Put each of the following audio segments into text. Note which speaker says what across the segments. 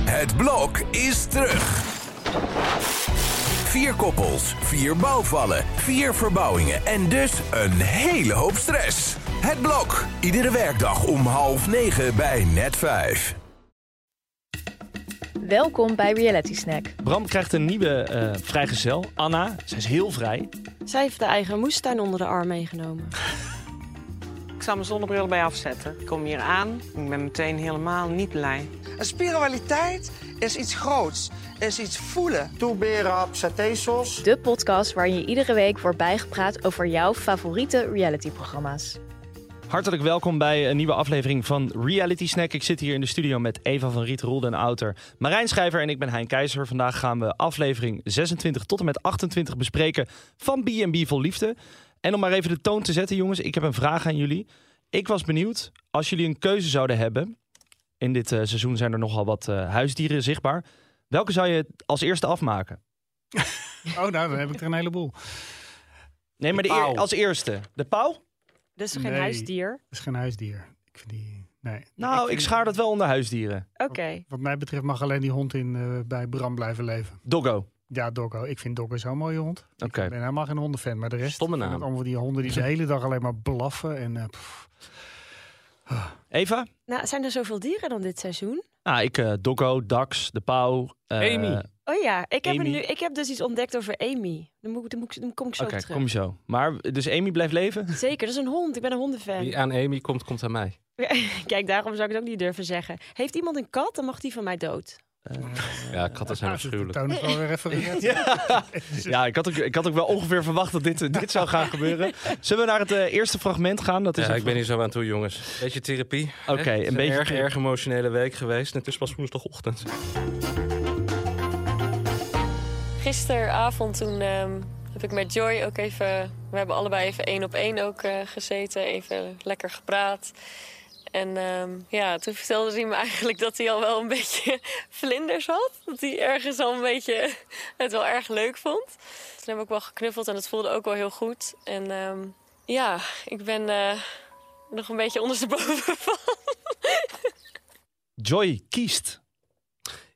Speaker 1: Het blok is terug. Vier koppels, vier bouwvallen, vier verbouwingen en dus een hele hoop stress. Het blok, iedere werkdag om half negen bij net vijf.
Speaker 2: Welkom bij Reality Snack.
Speaker 3: Bram krijgt een nieuwe eh, vrijgezel, Anna. Zij is heel vrij.
Speaker 4: Zij heeft de eigen moestuin onder de arm meegenomen.
Speaker 5: Ik zal mijn zonnebril bij afzetten. Ik kom hier aan. Ik ben meteen helemaal niet blij.
Speaker 6: En Spiritualiteit is iets groots, is iets voelen.
Speaker 7: toeberen, satésos.
Speaker 2: De podcast waarin je iedere week wordt bijgepraat over jouw favoriete realityprogramma's.
Speaker 3: Hartelijk welkom bij een nieuwe aflevering van Reality Snack. Ik zit hier in de studio met Eva van Riet, Roel den Outer, Marijn Schrijver en ik ben Hein Keizer. Vandaag gaan we aflevering 26 tot en met 28 bespreken van B&B Vol Liefde. En om maar even de toon te zetten jongens, ik heb een vraag aan jullie. Ik was benieuwd, als jullie een keuze zouden hebben... In dit eh, seizoen zijn er nogal wat eh, huisdieren zichtbaar. Welke zou je als eerste afmaken?
Speaker 8: Oh, nou, dan heb ik er een heleboel.
Speaker 3: Nee, maar de eer- als eerste. De pauw?
Speaker 4: Dus geen
Speaker 8: Nee.
Speaker 4: huisdier.
Speaker 8: Het is geen huisdier. Ik vind die... Nee.
Speaker 3: Nou, ik
Speaker 8: vind-
Speaker 3: schaar dat wel onder huisdieren.
Speaker 4: Oké.
Speaker 8: Wat mij betreft mag alleen die hond in, eh, bij Bram blijven leven.
Speaker 3: Doggo. Oké.
Speaker 8: Ja, Doggo. Ik vind Doggo zo'n mooie hond. Ik ben helemaal geen hondenfan, maar de rest...
Speaker 9: Stomme naam.
Speaker 8: vind ik Allemaal die honden die de hele dag alleen maar blaffen en... eh, pff.
Speaker 3: Eva?
Speaker 4: Nou, zijn er zoveel dieren dan dit seizoen?
Speaker 3: Ah, ik eh Doggo, Dax, de pauw. eh,
Speaker 9: Amy.
Speaker 4: Oh ja, ik heb, er
Speaker 3: Amy.
Speaker 4: nu, ik heb dus iets ontdekt over Amy. Dan, moet, ik- dan, moet, ik- dan kom ik zo
Speaker 3: Oké,
Speaker 4: op terug.
Speaker 3: kom je zo. Maar, dus Amy blijft leven?
Speaker 4: Zeker, dat is een hond. Ik ben een hondenfan.
Speaker 9: Wie aan Amy komt, komt aan mij.
Speaker 4: Kijk, daarom zou ik het ook niet durven zeggen. Heeft iemand een kat, dan mag die van mij dood.
Speaker 9: Ja, katten zijn
Speaker 8: De
Speaker 9: afschuwelijk.
Speaker 8: toon is wel weer even gered.
Speaker 3: Ja, ik had, ook, ik had ook wel ongeveer verwacht dat dit, dit zou gaan gebeuren. Zullen we naar het eh, eerste fragment gaan? Dat is
Speaker 9: Ja,
Speaker 3: een
Speaker 9: ik ben hier zo aan toe, jongens. Beetje therapie.
Speaker 3: fra-
Speaker 9: hè?
Speaker 3: Oké,
Speaker 9: Het is
Speaker 3: een beetje...
Speaker 9: erg, erg emotionele week geweest. En het is pas woensdagochtend.
Speaker 10: Gisteravond toen ehm, heb ik met Joy ook even... We hebben allebei even één op één ook eh, gezeten. Even lekker gepraat. En ehm, ja, toen vertelde hij me eigenlijk dat hij al wel een beetje vlinders had. Dat hij ergens al een beetje het wel erg leuk vond. Toen heb ik wel geknuffeld en het voelde ook wel heel goed. En ehm, ja, ik ben eh, nog een beetje ondersteboven van.
Speaker 3: Joy kiest.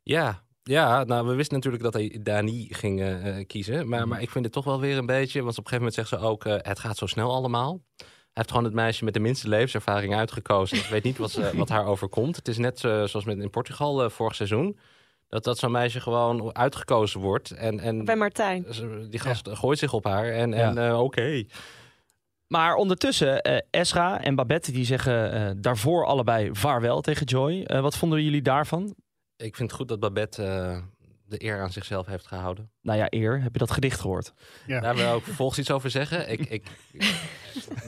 Speaker 9: Ja, ja nou, we wisten natuurlijk dat hij Dani ging eh, eh, kiezen. Maar, maar ik vind het toch wel weer een beetje... Want op een gegeven moment zegt ze ook... eh, het gaat zo snel allemaal. Hij heeft gewoon het meisje met de minste levenservaring uitgekozen. Ik weet niet wat, ze- wat haar overkomt. Het is net eh, zoals met in Portugal eh, vorig seizoen. Dat, dat zo'n meisje gewoon uitgekozen wordt. En, en
Speaker 4: Bij Martijn.
Speaker 9: ze- Dus, eh, die gast gooit zich op haar. En, en
Speaker 3: Ja.
Speaker 9: eh, oké.
Speaker 3: Maar ondertussen, eh Esra en Babette die zeggen eh, daarvoor allebei vaarwel tegen Joy. Eh, wat vonden jullie daarvan?
Speaker 9: Ik vind het goed dat Babette eh, de eer aan zichzelf heeft gehouden.
Speaker 3: Nou ja, eer, heb je dat gedicht gehoord?
Speaker 8: Ja.
Speaker 9: Daar wil ik vervolgens iets over zeggen. Ik, ik,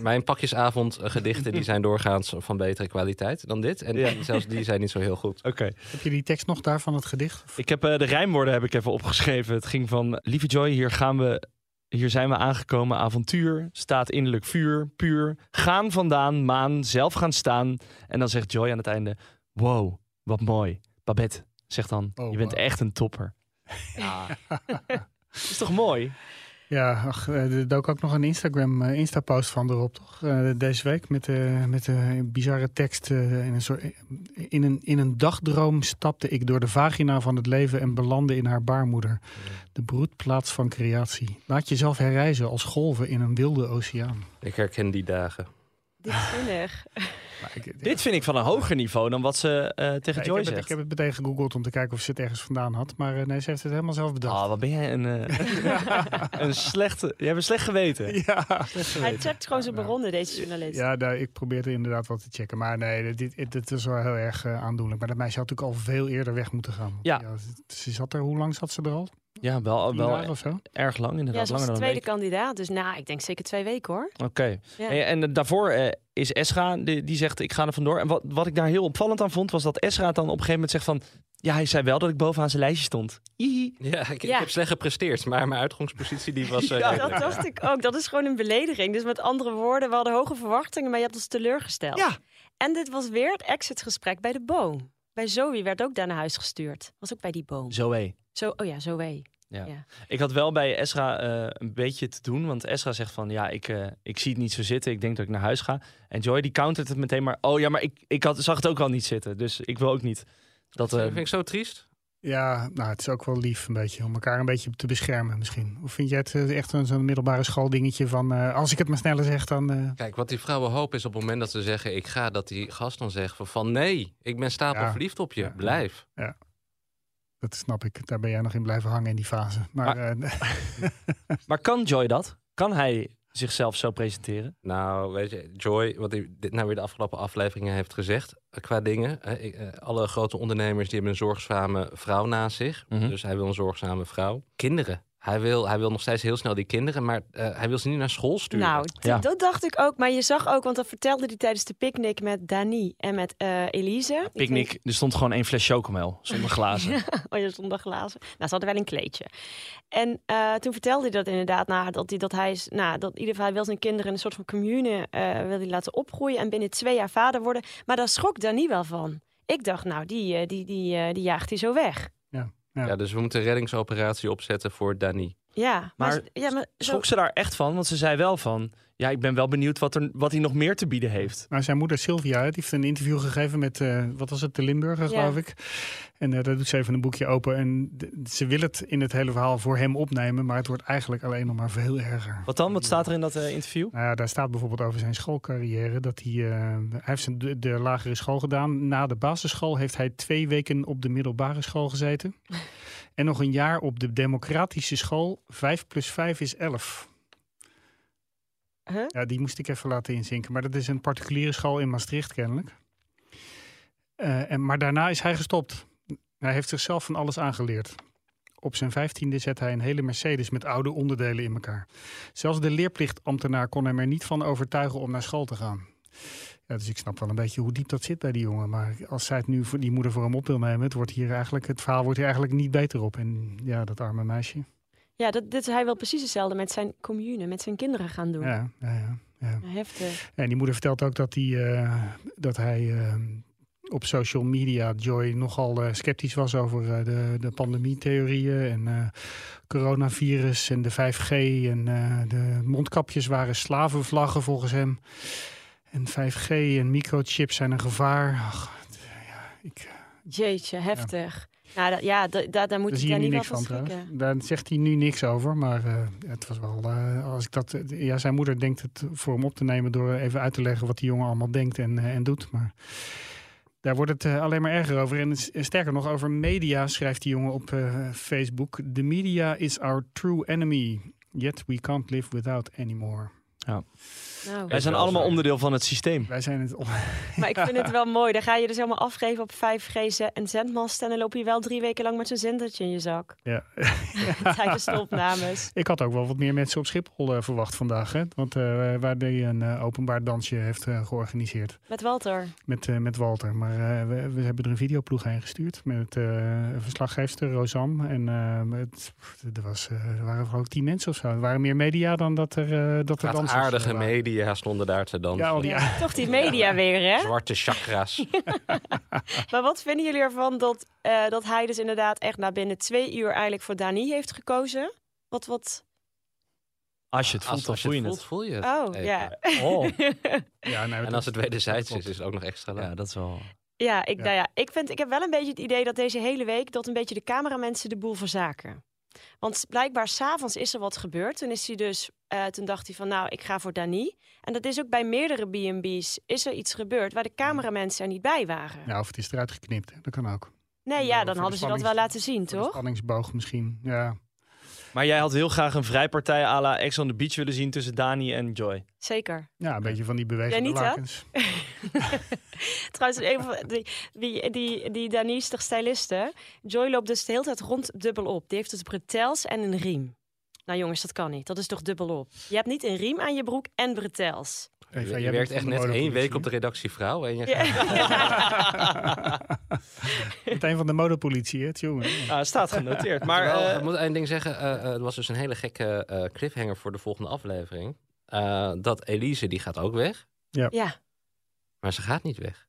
Speaker 9: mijn pakjesavond eh, gedichten die zijn doorgaans van betere kwaliteit dan dit. En
Speaker 3: Ja.
Speaker 9: zelfs die zijn niet zo heel goed.
Speaker 3: Oké.
Speaker 8: Heb je die tekst nog daar van het gedicht?
Speaker 3: Ik heb eh, de rijmwoorden heb ik even opgeschreven. Het ging van lieve Joy, hier gaan we, hier zijn we aangekomen. Avontuur, staat innerlijk vuur, puur. Gaan vandaan, maan, zelf gaan staan. En dan zegt Joy aan het einde, wow, wat mooi. Babette zegt dan,
Speaker 8: Oh,
Speaker 3: je bent
Speaker 8: wauw.
Speaker 3: echt een topper. Ja. is toch mooi?
Speaker 8: Ja, ach, eh, er dook ook nog een Instagram, eh, Insta-post van erop, toch? Eh, deze week met, eh met eh, bizarre tekst. eh, in, een soort, in, een, in een dagdroom stapte ik door de vagina van het leven en belandde in haar baarmoeder. De broedplaats van creatie. Laat jezelf herreizen als golven in een wilde oceaan.
Speaker 9: Ik herken die dagen.
Speaker 4: Dit is zinnig.
Speaker 8: Maar ik, ja,
Speaker 3: Dit vind ik van een hoger niveau dan wat ze eh, tegen
Speaker 8: ik
Speaker 3: Joy
Speaker 8: heb het,
Speaker 3: zegt.
Speaker 8: ik heb het meteen gegoogeld om te kijken of ze het ergens vandaan had. Maar eh, nee, ze heeft het helemaal zelf bedacht.
Speaker 3: Ah, wat ben jij een, eh, een slechte... Je hebt een slecht geweten.
Speaker 8: Ja.
Speaker 4: Hij checkt gewoon zijn
Speaker 3: nou.
Speaker 4: bronnen, deze journalist.
Speaker 8: Ja, daar, ik probeerde inderdaad wat te checken. Maar nee, dit, dit, dit is wel heel erg eh, aandoenlijk. Maar dat meisje had natuurlijk al veel eerder weg moeten gaan.
Speaker 3: Ja.
Speaker 8: ze zat er, hoe lang zat ze er al?
Speaker 3: Ja, wel,
Speaker 8: Tien jaar
Speaker 3: wel
Speaker 8: of zo?
Speaker 3: erg lang
Speaker 4: Ja,
Speaker 3: inderdaad.
Speaker 4: ze was
Speaker 3: langer
Speaker 4: de
Speaker 3: dan een
Speaker 4: tweede
Speaker 3: week.
Speaker 4: kandidaat. Dus nou, ik denk zeker twee weken hoor.
Speaker 3: Oké.
Speaker 4: Ja.
Speaker 3: En, en daarvoor eh, is Esra, die, die zegt ik ga er vandoor. En wat, wat ik daar heel opvallend aan vond, was dat Esra dan op een gegeven moment zegt van... Ja, hij zei wel dat ik bovenaan zijn lijstje stond. Ihi.
Speaker 9: Ja, ik, ik
Speaker 4: Ja.
Speaker 9: heb slecht gepresteerd, maar mijn uitgangspositie die was... eh,
Speaker 3: Ja,
Speaker 9: redelijk.
Speaker 4: Dat dacht ik ook. Dat is gewoon een belediging. Dus met andere woorden, we hadden hoge verwachtingen, maar je hebt ons teleurgesteld.
Speaker 3: Ja.
Speaker 4: En dit was weer het exitgesprek bij de boom. Bij Zoe werd ook daar naar huis gestuurd. Was ook bij die boom.
Speaker 3: Zo hé.
Speaker 4: Zo, oh ja, Zoe.
Speaker 3: Ik had wel bij Esra eh, een beetje te doen, want Esra zegt van... Ja, ik, eh, ik zie het niet zo zitten, ik denk dat ik naar huis ga. En Joy die countert het meteen maar... Oh ja, maar ik, ik had, zag het ook wel niet zitten, dus ik wil ook niet. Dat, eh,
Speaker 9: Dat vind ik zo triest.
Speaker 8: Ja, nou, het is ook wel lief een beetje om elkaar een beetje te beschermen misschien. Of vind jij het eh, echt een- zo'n middelbare schooldingetje van... eh, als ik het maar sneller zeg, dan... eh,
Speaker 9: Kijk, wat die vrouwen hopen is op het moment dat ze zeggen ik ga, dat die gast dan zegt van, van nee, ik ben stapelverliefd op je,
Speaker 8: Ja.
Speaker 9: blijf.
Speaker 8: dat snap ik. Daar ben jij nog in blijven hangen in die fase. Maar, eh,
Speaker 3: Maar kan Joy dat? Kan hij zichzelf zo presenteren?
Speaker 9: Nou, weet je, Joy, wat hij dit nou weer de afgelopen afleveringen heeft gezegd eh, qua dingen. eh, ik, eh, alle grote ondernemers die hebben een zorgzame vrouw naast zich.
Speaker 3: Mhm.
Speaker 9: Dus hij wil een zorgzame vrouw. Kinderen. Hij wil, hij wil nog steeds heel snel die kinderen, maar eh, hij wil ze niet naar school sturen.
Speaker 4: Nou, d-
Speaker 3: Ja.
Speaker 4: dat dacht ik ook. Maar je zag ook, want dat vertelde hij tijdens de picknick met Dani en met eh, Elise. Ik denk-
Speaker 3: Picnic, er stond gewoon één fles chocomel zonder glazen.
Speaker 4: Oh ja, zonder glazen. Nou, ze hadden wel een kleedje. En eh, toen vertelde hij dat inderdaad, nou, dat hij, dat hij, is- nou, dat in ieder geval hij wil zijn kinderen een soort van commune eh, wil hij laten opgroeien en binnen twee jaar vader worden. Maar daar schrok Dani wel van. Ik dacht, nou, die, eh, die, die, eh, die jaagt hij zo weg.
Speaker 9: Ja, dus we moeten een reddingsoperatie opzetten voor Dani.
Speaker 4: Ja, maar,
Speaker 3: Maar
Speaker 4: z- ja, maar zo-
Speaker 3: Schrok ze daar echt van? Want ze zei wel van... Ja, ik ben wel benieuwd wat, er, wat hij nog meer te bieden heeft.
Speaker 8: nou, zijn moeder Sylvia, hè, die heeft een interview gegeven met... eh, wat was het? De Limburger,
Speaker 4: Ja.
Speaker 8: geloof ik. En eh, daar doet ze even een boekje open. En d- ze wil het in het hele verhaal voor hem opnemen. Maar het wordt eigenlijk alleen nog maar veel erger.
Speaker 3: Wat dan? Wat staat er in dat eh, interview?
Speaker 8: Nou ja, daar staat bijvoorbeeld over zijn schoolcarrière. Dat hij, eh, hij heeft zijn, de, de lagere school gedaan. Na de basisschool heeft hij twee weken op de middelbare school gezeten. en nog een jaar op de democratische school. Vijf plus vijf is elf.
Speaker 4: Huh?
Speaker 8: Ja, die moest ik even laten inzinken. Maar dat is een particuliere school in Maastricht kennelijk. Eh, en, maar daarna is hij gestopt. Hij heeft zichzelf van alles aangeleerd. Op zijn vijftiende zet hij een hele Mercedes met oude onderdelen in elkaar. Zelfs de leerplichtambtenaar kon hem er niet van overtuigen om naar school te gaan. Ja, dus ik snap wel een beetje hoe diep dat zit bij die jongen. Maar als zij het nu voor die moeder voor hem op wil nemen, het, wordt hier eigenlijk, het verhaal wordt hier eigenlijk niet beter op. En ja, dat arme meisje.
Speaker 4: ja, dat, dit, hij wil precies hetzelfde met zijn commune, met zijn kinderen gaan doen.
Speaker 8: Ja, ja, ja.
Speaker 4: Heftig.
Speaker 8: En die moeder vertelt ook dat, die, eh, dat hij eh, op social media, Joy, nogal eh, sceptisch was over eh, de, de pandemietheorieën en eh, coronavirus en de 5G. En eh, de mondkapjes waren slavenvlaggen volgens hem. En 5G en microchips zijn een gevaar. Ach, het- ja, ik,
Speaker 4: Jeetje, heftig. Nou, dat, ja, dat, dat- daar moet
Speaker 8: daar
Speaker 4: je
Speaker 8: zie je
Speaker 4: daar
Speaker 8: nu
Speaker 4: niet wel
Speaker 8: niks
Speaker 4: van
Speaker 8: van trouwens.
Speaker 4: schrikken.
Speaker 8: Daar zegt hij nu niks over, maar eh, het was wel... eh, als ik dat, ja, zijn moeder denkt het voor hem op te nemen door even uit te leggen wat die jongen allemaal denkt en, eh, en doet. Maar daar wordt het eh, alleen maar erger over. En s- sterker nog, over media schrijft die jongen op eh, Facebook. The media is our true enemy, yet we can't live without anymore.
Speaker 4: Nou.
Speaker 3: Wij zijn allemaal onderdeel van het systeem.
Speaker 8: Wij zijn het... on-
Speaker 4: Maar ik vind het wel mooi. Dan ga je dus helemaal afgeven op 5G ze- en zendmasten. En dan loop je wel drie weken lang met zo'n zendertje in je zak.
Speaker 8: Ja.
Speaker 4: Tijdens de opnames.
Speaker 8: Ik had ook wel wat meer mensen op Schiphol eh, verwacht vandaag. Hè? Want eh, waar die een eh, openbaar dansje heeft eh, georganiseerd.
Speaker 4: Met Walter.
Speaker 8: met, eh, met Walter. Maar eh, we, we hebben er een videoploeg heen gestuurd met eh, een verslaggeefster Rosanne. En eh, het, pff, er, was, eh, er waren geloof ik tien mensen of zo. Er waren meer media dan dat er, eh dat er
Speaker 9: Gaat
Speaker 8: dansers
Speaker 9: aardige
Speaker 8: eh, waren.
Speaker 9: media stonden daar te dansen.
Speaker 8: Ja, al die
Speaker 4: Toch die media weer, hè?
Speaker 9: Zwarte chakra's.
Speaker 4: Maar wat vinden jullie ervan dat, eh, dat hij dus inderdaad echt na binnen twee uur eigenlijk voor Dani heeft gekozen? Wat, wat?
Speaker 3: Als je het voelt, dan
Speaker 9: als je
Speaker 3: voel je
Speaker 9: voelt,
Speaker 3: het.
Speaker 9: voel je het.
Speaker 4: Oh,
Speaker 9: even.
Speaker 4: ja.
Speaker 3: Oh,
Speaker 8: Ja, nee,
Speaker 9: En
Speaker 8: dat-
Speaker 9: als het wederzijds
Speaker 8: dat
Speaker 9: is, is het ook nog extra leuk.
Speaker 3: ja, dat is wel...
Speaker 4: Ja, ik,
Speaker 8: Ja.
Speaker 4: Nou ja ik, vind, ik heb wel een beetje het idee dat deze hele week... dat een beetje de cameramensen de boel verzaken. Want blijkbaar s'avonds is er wat gebeurd. Toen, is hij dus, eh, toen dacht hij van, nou, ik ga voor Dani. En dat is ook bij meerdere B&B's is er iets gebeurd... waar de cameramensen er niet bij waren.
Speaker 8: Ja, of het is eruit geknipt. hè. Dat kan ook.
Speaker 4: nee,
Speaker 8: nou,
Speaker 4: ja,
Speaker 8: voor
Speaker 4: dan
Speaker 8: de
Speaker 4: hadden ze dat wel
Speaker 8: spannings-
Speaker 4: laten zien,
Speaker 8: Voor de
Speaker 4: toch?
Speaker 8: Spanningsboog misschien. Ja.
Speaker 3: Maar jij had heel graag een vrijpartij à la Ex on the Beach willen zien tussen Dani en Joy.
Speaker 4: Zeker.
Speaker 8: ja, een beetje van die bewegende
Speaker 4: Jij niet, hè?
Speaker 8: lakens.
Speaker 4: Trouwens, een van die, die, die, die Dani is toch styliste? Joy loopt dus de hele tijd rond dubbel op. Die heeft dus bretels en een riem. Nou jongens, dat kan niet. Dat is toch dubbel op? Je hebt niet een riem aan je broek en bretels.
Speaker 8: Eva,
Speaker 9: Je,
Speaker 8: jij
Speaker 9: je
Speaker 8: bent
Speaker 9: werkt
Speaker 8: van
Speaker 9: echt
Speaker 8: de
Speaker 9: net één
Speaker 8: modepolitie,
Speaker 9: week op
Speaker 8: hè?
Speaker 9: de redactie vrouw. En je
Speaker 4: Ja.
Speaker 9: gaat-
Speaker 8: Meteen van de modepolitie, hè, het jongen. Ja.
Speaker 3: Ah, het staat genoteerd. Maar
Speaker 9: Terwijl,
Speaker 3: eh,
Speaker 9: ik moet één ding zeggen. eh, eh, er was dus een hele gekke eh, cliffhanger voor de volgende aflevering. Eh, dat Elise, die gaat ook weg.
Speaker 4: Ja,
Speaker 9: Maar ze gaat niet weg.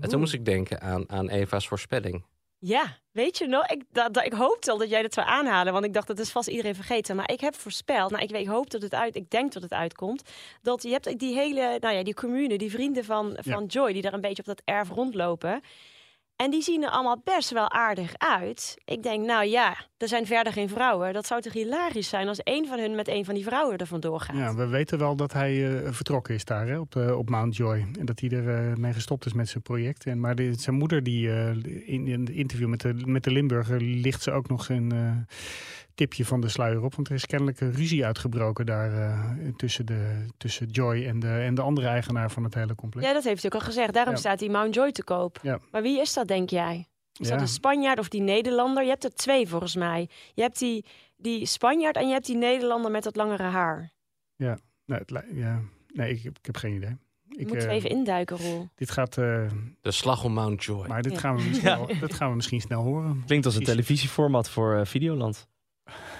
Speaker 9: En toen moest ik denken aan, aan Eva's voorspelling.
Speaker 4: ja. Weet je nog, ik, dat, dat- ik hoopte al dat jij dat zou aanhalen, want ik dacht dat is vast iedereen vergeten. Maar ik heb voorspeld, nou ik, weet, ik hoop dat het uit, ik denk dat het uitkomt, dat je hebt die hele, nou ja, die commune, die vrienden van, van Joy, die daar een beetje op dat erf rondlopen. En die zien er allemaal best wel aardig uit. Ik denk, nou ja, er zijn verder geen vrouwen. Dat zou toch hilarisch zijn als één van hun met één van die vrouwen er vandoor gaat.
Speaker 8: Ja, we weten wel dat hij eh, vertrokken is daar hè, op, eh, op Mount Joy. En dat hij er eh, mee gestopt is met zijn project. En, maar de- zijn moeder, die, eh, in, in het interview met de, met de Limburger, licht ze ook nog een eh, tipje van de sluier op. Want er is kennelijk een ruzie uitgebroken daar eh, tussen, de, tussen Joy en de, en de andere eigenaar van het hele complex.
Speaker 4: Ja, dat heeft hij ook al gezegd. Daarom
Speaker 8: Ja.
Speaker 4: staat die Mount Joy te koop.
Speaker 8: Ja.
Speaker 4: Maar wie is dat, denk jij? Is dat
Speaker 8: Ja.
Speaker 4: dus- een Spanjaard of die Nederlander? Je hebt er twee volgens mij. Je hebt die, die Spanjaard en je hebt die Nederlander met dat langere haar.
Speaker 8: Ja, nee, Nou, het li- ja. nee ik, heb- ik heb geen idee.
Speaker 4: Ik,
Speaker 8: Ik,
Speaker 4: Moeten we
Speaker 8: eh,
Speaker 4: even induiken, Roel.
Speaker 8: Dit gaat, eh,
Speaker 9: De slag om Mount Joy.
Speaker 8: maar dit,
Speaker 4: Ja.
Speaker 8: gaan we misschien
Speaker 3: Ja.
Speaker 8: wel- dat gaan we misschien snel horen.
Speaker 3: Klinkt als een
Speaker 8: Precies.
Speaker 3: televisieformat voor eh, Videoland.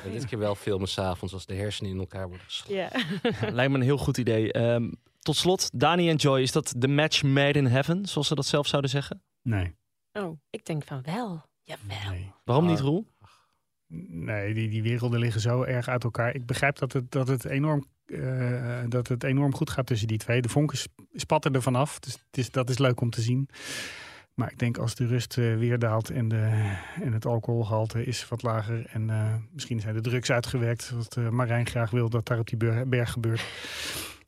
Speaker 9: Ja, dit keer wel filmen s'avonds als de hersenen in elkaar worden geslagen.
Speaker 4: Ja.
Speaker 3: Lijkt me een heel goed idee. Ehm, tot slot, Dani en Joy, is dat de match made in heaven, zoals ze dat zelf zouden zeggen?
Speaker 8: Nee.
Speaker 4: Oh, ik denk van wel. Jawel.
Speaker 8: nee.
Speaker 3: Waarom
Speaker 9: Ah.
Speaker 3: niet, Roel?
Speaker 8: Nee, die, die werelden liggen zo erg uit elkaar. Ik begrijp dat het, dat het, enorm, eh, dat het enorm goed gaat tussen die twee. De vonken sp- spatten er vanaf, dus het is, dat is leuk om te zien. Maar ik denk als de rust eh, weer daalt en, de, en het alcoholgehalte is wat lager... en eh, misschien zijn de drugs uitgewerkt, wat eh, Marijn graag wil dat daar op die bur- berg gebeurt.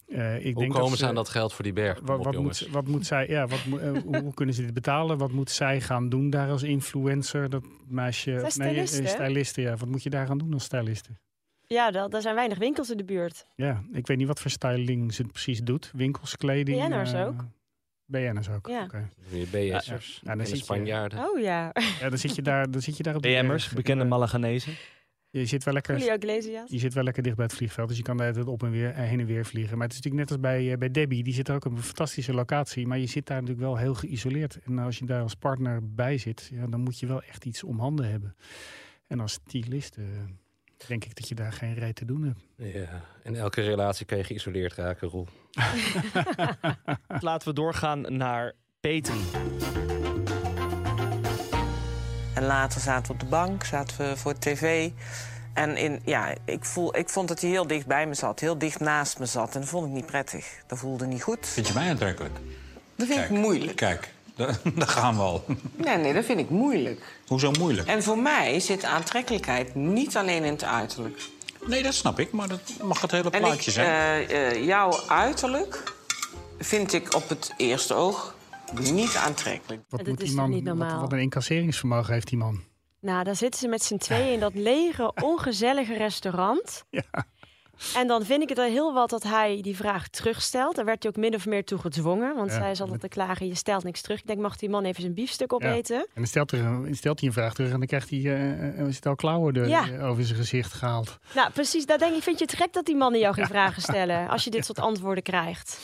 Speaker 8: Eh, ik
Speaker 9: Hoe
Speaker 8: denk
Speaker 9: komen
Speaker 8: dat
Speaker 9: ze aan dat geld voor die berg? Kom
Speaker 8: Wat,
Speaker 9: op,
Speaker 8: wat, moet,
Speaker 9: jongens.
Speaker 8: ze- wat moet zij, ja, wat, moet- eh, hoe hoe kunnen ze dit betalen? Wat moet zij gaan doen daar als influencer? Dat meisje,
Speaker 4: Zij is
Speaker 8: eh,
Speaker 4: stylist, hè?
Speaker 8: styliste, ja. Wat moet je daar gaan doen als styliste?
Speaker 4: Ja, da- daar zijn weinig winkels in de buurt.
Speaker 8: Ja, ik weet niet wat voor styling ze precies doet. Winkels, kleding.
Speaker 4: BN'ers
Speaker 8: eh,
Speaker 4: ook.
Speaker 8: BN'ers ook.
Speaker 4: Ja.
Speaker 8: oké.
Speaker 9: Meer BS'ers.
Speaker 8: Ja, dan
Speaker 9: en
Speaker 8: zit je-
Speaker 9: Spanjaarden.
Speaker 4: Oh ja.
Speaker 8: Ja, dan zit je daar, dan zit je daar op de
Speaker 3: DM'ers,
Speaker 8: berg.
Speaker 3: E bekende Malaganezen.
Speaker 8: Je zit wel lekker
Speaker 4: Julio Iglesias.
Speaker 8: Je zit wel lekker dicht bij het vliegveld, dus je kan de hele tijd op en weer, eh, heen en weer vliegen. Maar het is natuurlijk net als bij, eh, bij Debbie, die zit er ook op een fantastische locatie. Maar je zit daar natuurlijk wel heel geïsoleerd. En als je daar als partner bij zit, ja, dan moet je wel echt iets om handen hebben. En als stylist eh, denk ik dat je daar geen reet te doen hebt.
Speaker 9: Ja. En elke relatie kan je geïsoleerd raken, Roel.
Speaker 3: Laten we doorgaan naar Petri.
Speaker 5: En later zaten we op de bank, zaten we voor tv. En in, ja, ik, voel, ik vond dat hij heel dicht bij me zat, heel dicht naast me zat. En dat vond ik niet prettig. Dat voelde niet goed.
Speaker 11: Vind je mij aantrekkelijk?
Speaker 5: Dat vind ik moeilijk.
Speaker 11: Kijk, daar, daar gaan we al.
Speaker 5: Nee, nee, dat vind ik moeilijk.
Speaker 11: Hoezo moeilijk?
Speaker 5: En voor mij zit aantrekkelijkheid niet alleen in het uiterlijk.
Speaker 11: Nee, dat snap ik, maar dat mag het hele
Speaker 5: En ik,
Speaker 11: plaatje zijn.
Speaker 5: eh, eh, jouw uiterlijk vind ik op het eerste oog niet aantrekkelijk.
Speaker 8: Wat
Speaker 4: Dit
Speaker 8: moet
Speaker 4: is
Speaker 8: die
Speaker 4: toch
Speaker 8: man,
Speaker 4: niet
Speaker 8: wat,
Speaker 4: normaal?
Speaker 8: wat een incasseringsvermogen heeft die man.
Speaker 4: Nou, daar zitten ze met z'n tweeën in dat lege, ongezellige restaurant.
Speaker 8: Ja.
Speaker 4: En dan vind ik het al heel wat dat hij die vraag terugstelt. Daar werd hij ook min of meer toe gedwongen. Want
Speaker 8: Ja.
Speaker 4: zij is altijd te klagen, je stelt niks terug. Ik denk, mag die man even zijn biefstuk opeten?
Speaker 8: En dan stelt, er een, stelt hij een vraag terug en dan krijgt hij eh een stel klauwen er-
Speaker 4: Ja.
Speaker 8: over zijn gezicht gehaald.
Speaker 4: Nou, precies. Daar denk ik, vind je het gek dat die mannen jou geen vragen stellen... als je dit soort antwoorden krijgt?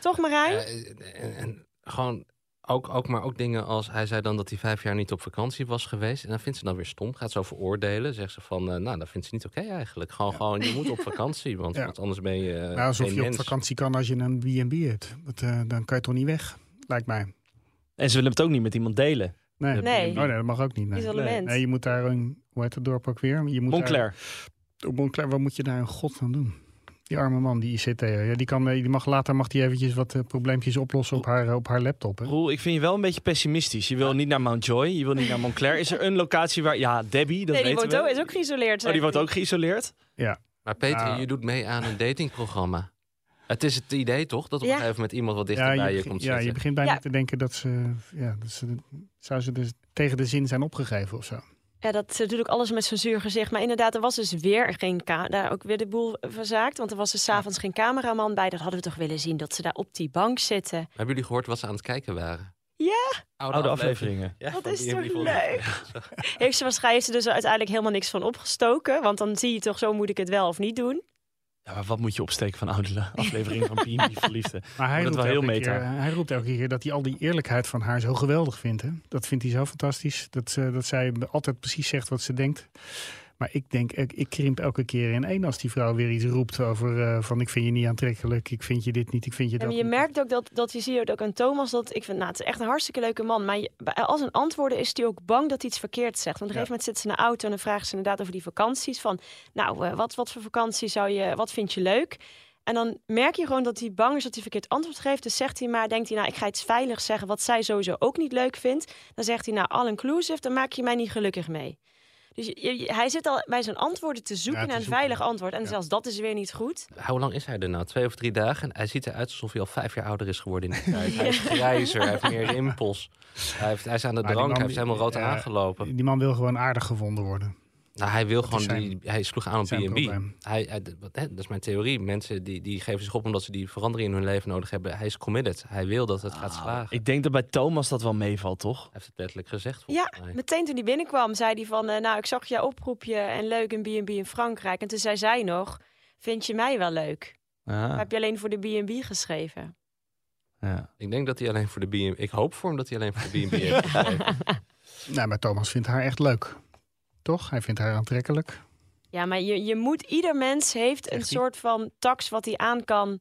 Speaker 4: Toch, Marijn?
Speaker 9: Ja, en, en gewoon ook, ook, maar ook dingen als hij zei dan dat hij vijf jaar niet op vakantie was geweest. En dan vindt ze dan weer stom. Gaat ze veroordelen. Zegt ze van, eh, nou, dat vindt ze niet oké eigenlijk. Gewoon, gewoon, je moet op vakantie, want
Speaker 8: Ja.
Speaker 9: want anders ben je eh,
Speaker 8: nou, alsof
Speaker 9: geen
Speaker 8: je op
Speaker 9: mens.
Speaker 8: vakantie kan als je een B&B hebt. Want, eh, dan kan je toch niet weg, lijkt mij.
Speaker 3: En ze willen het ook niet met iemand delen.
Speaker 8: Nee.
Speaker 4: Nee.
Speaker 8: Oh nee, dat mag ook niet. Nee.
Speaker 4: Isolement.
Speaker 8: Nee, je moet daar een, hoe heet het dorp ook weer? Je moet
Speaker 3: Moncler.
Speaker 8: Daar, op Montclair, wat moet je daar in godsnaam doen? Die arme man, die ICT'er. Ja, die kan, eh, die mag later mag die eventjes wat eh, probleempjes oplossen op haar, eh, op haar laptop. Hè?
Speaker 3: Roel, ik vind je wel een beetje pessimistisch. Je wil niet naar Mount Joy, je wil niet naar Montclair. Is er een locatie waar... Ja, Debbie, dat
Speaker 4: nee, die
Speaker 3: weten
Speaker 4: woont ook,
Speaker 3: we.
Speaker 4: is ook geïsoleerd.
Speaker 3: Oh,
Speaker 4: zegt
Speaker 3: die wordt
Speaker 4: hij.
Speaker 3: ook geïsoleerd?
Speaker 8: Ja.
Speaker 9: Maar Peter,
Speaker 8: Nou.
Speaker 9: je doet mee aan een datingprogramma. Het is het idee toch, dat op een
Speaker 4: Ja.
Speaker 9: gegeven moment iemand wat dichter bij je,
Speaker 8: begint-
Speaker 9: komt
Speaker 8: ja,
Speaker 9: zitten.
Speaker 8: je begint bijna
Speaker 4: Ja.
Speaker 8: te denken dat ze, ja, dat ze, zou ze dus tegen de zin zijn opgegeven of zo.
Speaker 4: Ja, dat is natuurlijk alles met zo'n zuur gezicht. Maar inderdaad, er was dus weer geen ka- daar ook weer de boel verzaakt. Want er was dus s'avonds geen cameraman bij. Dat hadden we toch willen zien, dat ze daar op die bank zitten.
Speaker 9: Hebben jullie gehoord wat ze aan het kijken waren?
Speaker 4: Ja,
Speaker 9: Oude,
Speaker 3: Oude afleveringen.
Speaker 9: Ja,
Speaker 4: dat
Speaker 9: van
Speaker 4: is
Speaker 9: die en
Speaker 4: toch
Speaker 9: die vond-
Speaker 4: leuk. Heeft ze waarschijnlijk heeft ze dus uiteindelijk helemaal niks van opgestoken. Want dan zie je toch, zo moet ik het wel of niet doen.
Speaker 3: Ja, maar wat moet je opsteken van oude la- aflevering van B&B Verliefde?
Speaker 8: Maar hij
Speaker 3: Wordt het
Speaker 8: roept,
Speaker 3: wel heel
Speaker 8: elke
Speaker 3: meta.
Speaker 8: keer, eh, hij roept elke keer dat hij al die eerlijkheid van haar zo geweldig vindt. Hè? Dat vindt hij zo fantastisch. Dat, ze, dat zij altijd precies zegt wat ze denkt. Maar ik denk, ik, ik krimp elke keer in één als die vrouw weer iets roept over eh, van ik vind je niet aantrekkelijk, ik vind je dit niet, ik vind je dat
Speaker 4: En je
Speaker 8: niet.
Speaker 4: merkt ook dat, dat je ziet het ook aan Thomas. Dat ik vind, nou, het is echt een hartstikke leuke man. Maar je- bij- als een antwoorden is hij ook bang dat hij iets verkeerd zegt. Want op een
Speaker 8: Ja.
Speaker 4: gegeven moment zit ze in de auto en dan vragen ze inderdaad over die vakanties. Van, nou, eh, wat, wat voor vakantie zou je, wat vind je leuk? En dan merk je gewoon dat hij bang is dat hij verkeerd antwoord geeft. Dus zegt hij maar, denkt hij, nou, ik ga iets veiligs zeggen wat zij sowieso ook niet leuk vindt. Dan zegt hij, nou, all-inclusive, dan maak je mij niet gelukkig mee. Dus je- je- hij zit al bij zijn antwoorden te zoeken
Speaker 9: Ja, te
Speaker 4: naar een
Speaker 9: zoeken.
Speaker 4: veilig antwoord. En zelfs dat is weer niet goed.
Speaker 9: Hoe lang is hij er nou? Twee of drie dagen? En hij ziet eruit alsof hij al vijf jaar ouder is geworden in die tijd. Hij is grijzer, hij heeft meer impuls. Hij, heeft, hij is aan de
Speaker 8: Maar die
Speaker 9: drank,
Speaker 8: man
Speaker 9: hij heeft
Speaker 8: die-
Speaker 9: helemaal rood
Speaker 8: eh,
Speaker 9: aangelopen.
Speaker 8: Die man wil gewoon aardig gevonden worden.
Speaker 9: Nou, hij wil gewoon,
Speaker 8: is zijn-
Speaker 9: die, hij sloeg aan op
Speaker 8: zijn
Speaker 9: B&B.
Speaker 8: probleem.
Speaker 9: Hij, hij- d- wat- hè, dat is mijn theorie. Mensen die, die geven zich op omdat ze die verandering in hun leven nodig hebben. Hij is committed. Hij wil dat het gaat slagen.
Speaker 3: Nou, Ik denk dat bij Thomas dat wel meevalt, toch? Hij
Speaker 9: heeft het letterlijk gezegd.
Speaker 4: Ja,
Speaker 9: volgens mij.
Speaker 4: meteen toen hij binnenkwam, zei hij van... eh, nou, ik zag jouw oproepje en leuk een B&B in Frankrijk. En toen zei zij nog, vind je mij wel leuk?
Speaker 3: Ah.
Speaker 4: Maar Heb je alleen voor de B&B geschreven?
Speaker 9: Ik denk dat hij alleen voor de B&B... Ik hoop voor hem dat hij alleen voor de B&B heeft geschreven.
Speaker 8: Nee, maar Thomas vindt haar echt leuk. Toch? Hij vindt haar aantrekkelijk.
Speaker 4: Ja, maar je, je moet... Ieder mens heeft een
Speaker 8: Zegt hij?
Speaker 4: soort van tax wat hij aan kan...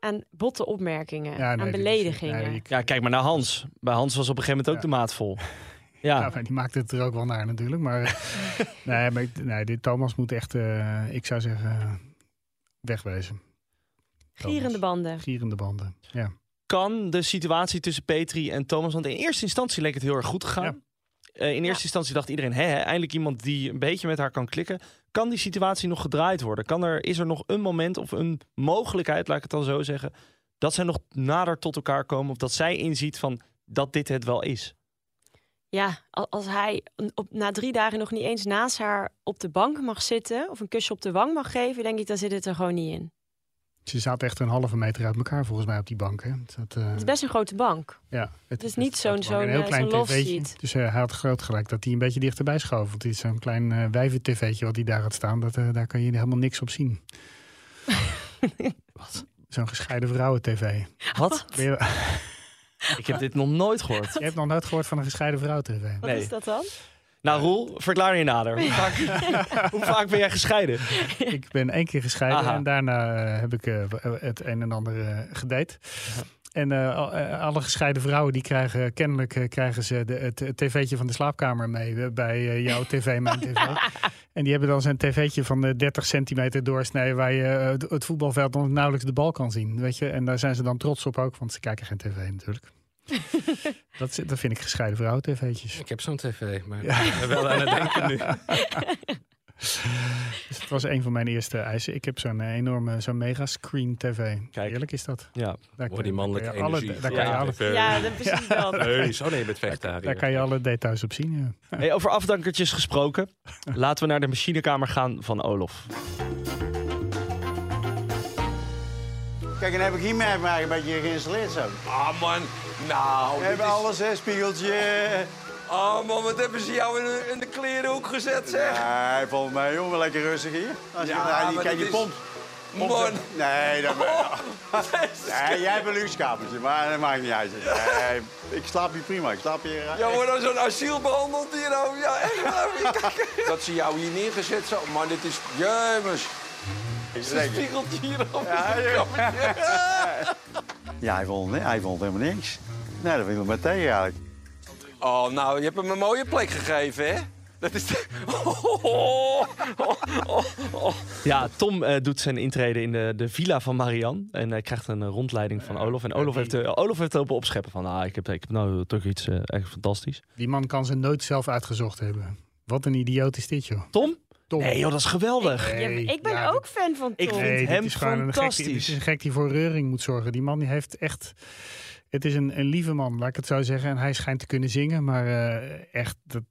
Speaker 4: aan botte opmerkingen,
Speaker 3: Ja, nee,
Speaker 4: aan
Speaker 3: dit is-
Speaker 4: beledigingen.
Speaker 3: Ja, kijk maar naar Hans. Bij Hans was op een gegeven moment ook de maat vol. Ja.
Speaker 8: Ja, maar Nou, die maakt het er ook wel naar natuurlijk. Maar, eh, nee, maar ik- nee, dit Thomas moet echt, eh, ik zou zeggen, eh, wegwezen.
Speaker 4: Gierende banden.
Speaker 8: Gierende banden, ja.
Speaker 3: Kan de situatie tussen Petri en Thomas... Want in eerste instantie leek het heel erg goed te gaan. Eh, in eerste instantie dacht iedereen... Hé, hè, eindelijk iemand die een beetje met haar kan klikken. Kan die situatie nog gedraaid worden? Kan er, is er nog een moment of een mogelijkheid, laat ik het dan zo zeggen... dat zij nog nader tot elkaar komen... of dat zij inziet van dat dit het wel is?
Speaker 4: Ja, al- als hij op, na drie dagen nog niet eens naast haar op de bank mag zitten... of een kusje op de wang mag geven, denk ik, dan zit het er gewoon niet in.
Speaker 8: Ze zaten echt een halve meter uit elkaar volgens mij op die bank. Hè? Het zat, eh,
Speaker 4: Het is
Speaker 3: Hm.
Speaker 4: best een grote bank.
Speaker 8: ja,
Speaker 4: Het is niet zo'n
Speaker 8: maar
Speaker 4: zo'n eh, zo'n love
Speaker 8: tv'tje.
Speaker 4: sheet.
Speaker 8: Dus eh, hij had groot gelijk dat hij een beetje dichterbij schoof. Want dit is zo'n klein eh wijven-tv'tje wat hij daar had staan. Dat, eh, daar kan je helemaal niks op zien. Wat? Zo'n gescheiden vrouwen-tv.
Speaker 3: Wat?
Speaker 8: Ben je-
Speaker 3: Ik heb dit nog nooit gehoord.
Speaker 8: Je hebt nog nooit gehoord van een gescheiden vrouw-tv.
Speaker 4: Wat is dat dan?
Speaker 3: Nou, Roel, verklaar je nader. Hoe vaak, hoe vaak ben jij gescheiden?
Speaker 8: Ik ben één keer gescheiden
Speaker 3: Aha.
Speaker 8: en daarna eh, heb ik eh, het een en ander eh, gedate. En eh, al- eh, alle gescheiden vrouwen die krijgen, kennelijk eh, krijgen ze de, het, het tv'tje van de slaapkamer mee eh, bij eh, jouw tv, mijn tv. En die hebben dan zijn tv'tje van eh, 30 centimeter doorsnee waar je eh, het- het voetbalveld nog nauwelijks de bal kan zien. Weet je? En daar zijn ze dan trots op ook, want ze kijken geen tv natuurlijk. dat, is- dat vind ik gescheiden vrouwen tv'tjes.
Speaker 9: Ik heb zo'n tv, maar ik ben wel aan het denken nu.
Speaker 8: Dus dat was een van mijn eerste eisen. Ik heb zo'n eh, enorme, zo'n mega screen tv. Eerlijk is dat.
Speaker 3: Ja,
Speaker 8: Daar
Speaker 9: Hoor die mannelijke
Speaker 8: daar kan je alle-
Speaker 9: energie.
Speaker 8: daar kan je alle-
Speaker 4: Ja, dat- precies dat.
Speaker 9: Nee, zo nee, je bent vegetariër.
Speaker 8: Daar kan je alle details op zien, ja.
Speaker 3: Hey, over afdankertjes gesproken. Laten we naar de machinekamer gaan van Olof.
Speaker 7: Kijk, en heb ik hiermee maar een beetje geïnstalleerd zo.
Speaker 12: Ah man, nou.
Speaker 7: We hebben alles, hè, spiegeltje.
Speaker 12: Ah man, wat hebben ze jou in de, in de kleren ook gezet, zeg?
Speaker 7: Nee, volgens mij, jongen, lekker rustig hier. Als je
Speaker 12: Ja,
Speaker 7: ja,
Speaker 12: maar
Speaker 7: kijk,
Speaker 12: dat
Speaker 7: je
Speaker 12: is-
Speaker 7: pomp. Pomp-
Speaker 12: Man. Oh,
Speaker 7: Nee, dat nee, jij hebt een luxe kamertje, maar dat maakt niet uit. Nee, ik slaap hier prima, ik slaap hier... eh,
Speaker 12: Jij wordt als zo'n asiel behandeld hier nou. Ja, echt waar, moet je kijken. Dat ze jou hier neergezet zo. Maar dit is jeumers.
Speaker 7: Ik
Speaker 12: Ze
Speaker 7: zeg het.
Speaker 12: spiegelt hier op
Speaker 7: Ja,
Speaker 12: het
Speaker 7: joh.
Speaker 12: kamertje.
Speaker 7: Ja, hij vond, hij vond helemaal niks. Nee, dat viel maar tegen eigenlijk.
Speaker 12: Oh, nou, je hebt hem een mooie plek gegeven, hè? Dat is... Oh,
Speaker 3: Ja, Tom eh, doet zijn intrede in de, de villa van Marianne. En hij krijgt een eh, rondleiding van Olof. En Olof heeft, eh, Olof heeft open opscheppen van... Ah, ik heb, ik heb nou toch iets eh, echt fantastisch.
Speaker 8: Die man kan ze nooit zelf uitgezocht hebben. Wat een idioot is dit, joh.
Speaker 3: Tom?
Speaker 8: Tom.
Speaker 3: Nee joh, dat is geweldig.
Speaker 4: Ja, maar ik ben ook fan van Tom.
Speaker 3: Ik vind
Speaker 8: Nee,
Speaker 3: hem
Speaker 8: dit is gewoon een gek,
Speaker 3: fantastisch.
Speaker 8: dit is een gek die voor reuring moet zorgen. Die man die heeft echt... Het is een, een lieve man, laat ik het zo zeggen. En hij schijnt te kunnen zingen, maar eh, echt... Dat,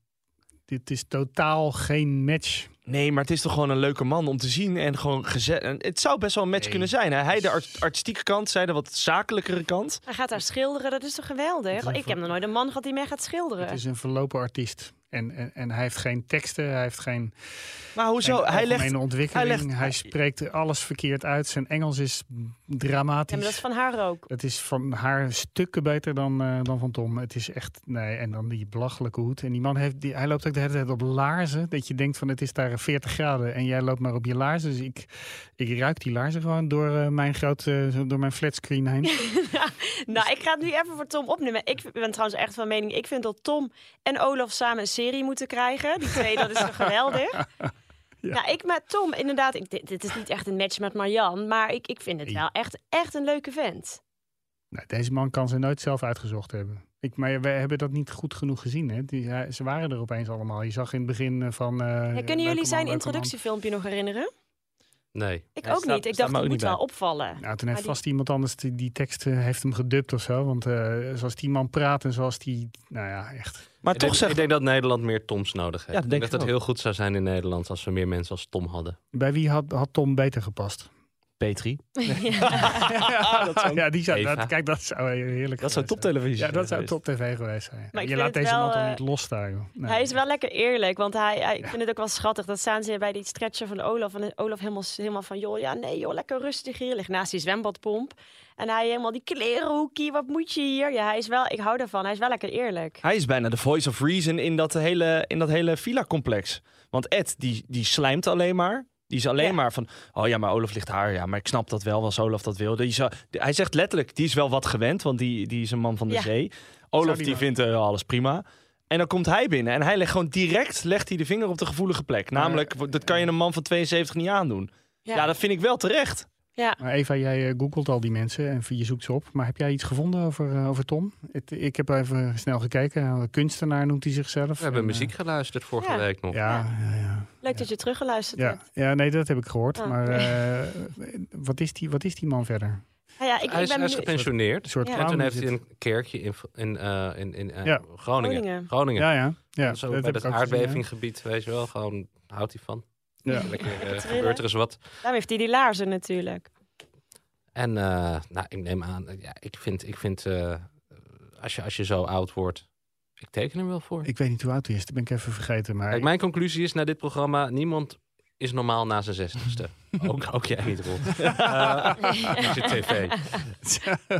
Speaker 8: dit is totaal geen match.
Speaker 3: Nee, maar het is toch gewoon een leuke man om te zien en gewoon gezet. en Het zou best wel een match kunnen zijn. Hè? Hij de art- artistieke kant, zij de wat zakelijkere kant.
Speaker 4: Hij gaat daar schilderen, dat is toch geweldig?
Speaker 8: een
Speaker 4: Ik heb nog nooit een man gehad die mij gaat schilderen.
Speaker 8: Het is een verlopen artiest. En, en, en hij heeft geen teksten, hij heeft geen...
Speaker 3: Maar hoezo?
Speaker 8: geen
Speaker 3: Hij legt-
Speaker 8: algemene ontwikkeling.
Speaker 3: hij
Speaker 8: Hij,
Speaker 3: legt-
Speaker 8: spreekt alles verkeerd uit. Zijn Engels is
Speaker 4: Ja,
Speaker 8: dramatisch.
Speaker 4: maar dat is van haar ook.
Speaker 8: Het is van haar stukken beter dan, eh, dan van Tom. Het is echt, nee, en dan die belachelijke hoed. En die man heeft, die, hij loopt ook de hele tijd op laarzen. Dat je denkt van het is daar 40 graden en jij loopt maar op je laarzen. Dus ik, ik ruik die laarzen gewoon door eh, mijn grote, door mijn flatscreen heen.
Speaker 4: Nou, ik ga het nu even voor Tom opnemen. Ik ben trouwens echt van mening, ik vind dat Tom en Olaf samen een serie moeten krijgen. Die twee, dat is toch geweldig? Nou, ik met Tom, inderdaad, ik, dit, dit is niet echt een match met Marjan, maar ik, ik vind het wel echt, echt een leuke
Speaker 8: Eh,
Speaker 4: vent.
Speaker 8: Nee, Nou, deze man kan ze nooit zelf uitgezocht hebben. Ik, maar we hebben dat niet goed genoeg gezien. Hè? Die, hij- ze waren er opeens allemaal. Je zag in het begin eh, van. eh,
Speaker 4: Ja,
Speaker 8: leuke
Speaker 4: kunnen
Speaker 8: man,
Speaker 4: jullie zijn
Speaker 8: leuke
Speaker 4: introductiefilmpje nog herinneren?
Speaker 9: Nee.
Speaker 4: Ik
Speaker 3: Ja,
Speaker 4: ook
Speaker 3: staat-
Speaker 4: niet. Ik
Speaker 3: staat
Speaker 4: dacht,
Speaker 3: me ook
Speaker 4: het moet
Speaker 3: niet bij.
Speaker 4: wel opvallen.
Speaker 8: man. Nou, toen
Speaker 4: Maar
Speaker 8: heeft
Speaker 4: die-
Speaker 8: vast iemand anders die, die tekst eh, heeft hem gedubt of zo. Want eh, zoals die man praat en zoals die. Nou ja, echt.
Speaker 3: Maar
Speaker 9: ik
Speaker 3: toch
Speaker 9: denk,
Speaker 3: zegt-
Speaker 9: ik denk dat Nederland meer Toms nodig heeft.
Speaker 3: Ja, dat denk
Speaker 9: ik
Speaker 3: ik
Speaker 9: denk dat
Speaker 3: ook.
Speaker 9: het heel goed zou zijn in Nederland als we meer mensen als Tom hadden.
Speaker 8: Bij wie had, had Tom beter gepast?
Speaker 3: Petri. Ah,
Speaker 8: ja, dat zou- ja, die zou.
Speaker 9: Eva.
Speaker 8: Dat, kijk, dat zou heerlijk.
Speaker 3: Dat zou
Speaker 8: geweest
Speaker 3: toptelevisie
Speaker 8: zijn. Ja, dat
Speaker 3: zijn
Speaker 8: zou top TV geweest zijn.
Speaker 4: Maar ik
Speaker 8: je
Speaker 4: vind
Speaker 8: laat
Speaker 4: het
Speaker 8: deze
Speaker 4: wel,
Speaker 8: man toch
Speaker 4: eh,
Speaker 8: niet los daar, joh. Nee.
Speaker 4: Hij is wel lekker eerlijk, want hij, hij, ik vind het ook wel schattig. Dat staan ze bij die stretcher van Olaf. En Olaf helemaal, helemaal van, joh, ja, nee, joh, lekker rustig hier. Ligt naast die zwembadpomp. En hij helemaal, die klerenhoekie, wat moet je hier? Ja, hij is wel, ik hou daarvan, hij is wel lekker eerlijk.
Speaker 3: Hij is bijna de voice of reason in dat hele, in dat hele villa-complex. Want Ed, die, die slijmt alleen maar. Die is alleen maar van, oh ja, maar Olaf ligt haar. Ja, maar ik snap dat wel, als Olaf dat wil. Die zou- die- hij zegt letterlijk, die is wel wat gewend, want die, die is een man van de
Speaker 4: Ja.
Speaker 3: zee.
Speaker 8: Zou
Speaker 3: Olaf
Speaker 8: die
Speaker 3: die
Speaker 8: wel.
Speaker 3: vindt eh, alles prima. En dan komt hij binnen en hij legt gewoon direct legt hij de vinger op de gevoelige plek. Namelijk, dat kan je een man van 72 niet aandoen. Ja, dat vind ik wel terecht.
Speaker 4: Ja.
Speaker 8: Maar Eva, jij eh, googelt al die mensen en je zoekt ze op. Maar heb jij iets gevonden over, eh, over Tom? Het- ik heb even snel gekeken. Eh, kunstenaar noemt hij zichzelf.
Speaker 9: We hebben
Speaker 8: En, eh,
Speaker 9: muziek geluisterd vorige
Speaker 4: Ja.
Speaker 9: week nog.
Speaker 8: ja, ja, ja.
Speaker 4: Leuk dat je teruggeluisterd
Speaker 8: ja.
Speaker 4: hebt.
Speaker 8: Ja, nee, dat heb ik gehoord.
Speaker 4: Ah,
Speaker 8: maar
Speaker 4: oké.
Speaker 8: eh, wat, is die, wat is die man verder?
Speaker 4: Nou ja, ik,
Speaker 9: hij
Speaker 4: ik
Speaker 9: is,
Speaker 4: ben
Speaker 9: hij is
Speaker 4: benieuwd.
Speaker 9: gepensioneerd.
Speaker 8: Een soort
Speaker 4: Ja.
Speaker 9: En toen
Speaker 8: clown
Speaker 9: heeft
Speaker 8: is
Speaker 9: hij een kerkje in, in, eh, in, in eh,
Speaker 8: Ja.
Speaker 9: Groningen.
Speaker 4: Groningen.
Speaker 9: Groningen.
Speaker 8: Ja, ja. ja
Speaker 9: zo bij
Speaker 8: heb
Speaker 9: dat
Speaker 8: ik ook gezien,
Speaker 9: aardbevinggebied, weet je wel. Gewoon houdt hij van.
Speaker 8: ja. Ja.
Speaker 9: Lekker, eh,
Speaker 4: trillen.
Speaker 9: gebeurt er eens wat.
Speaker 4: Daarom heeft hij die laarzen natuurlijk.
Speaker 9: En eh, nou, ik neem aan, eh, ja, ik vind, ik vind eh, als, je, als je zo oud wordt, ik teken hem wel voor.
Speaker 8: Ik weet niet hoe oud hij is. Dat ben ik even vergeten. Maar
Speaker 9: Kijk, mijn conclusie is na dit programma, niemand is normaal na zijn zestigste. ook, ook jij niet, Rob. Eh, Als je tv.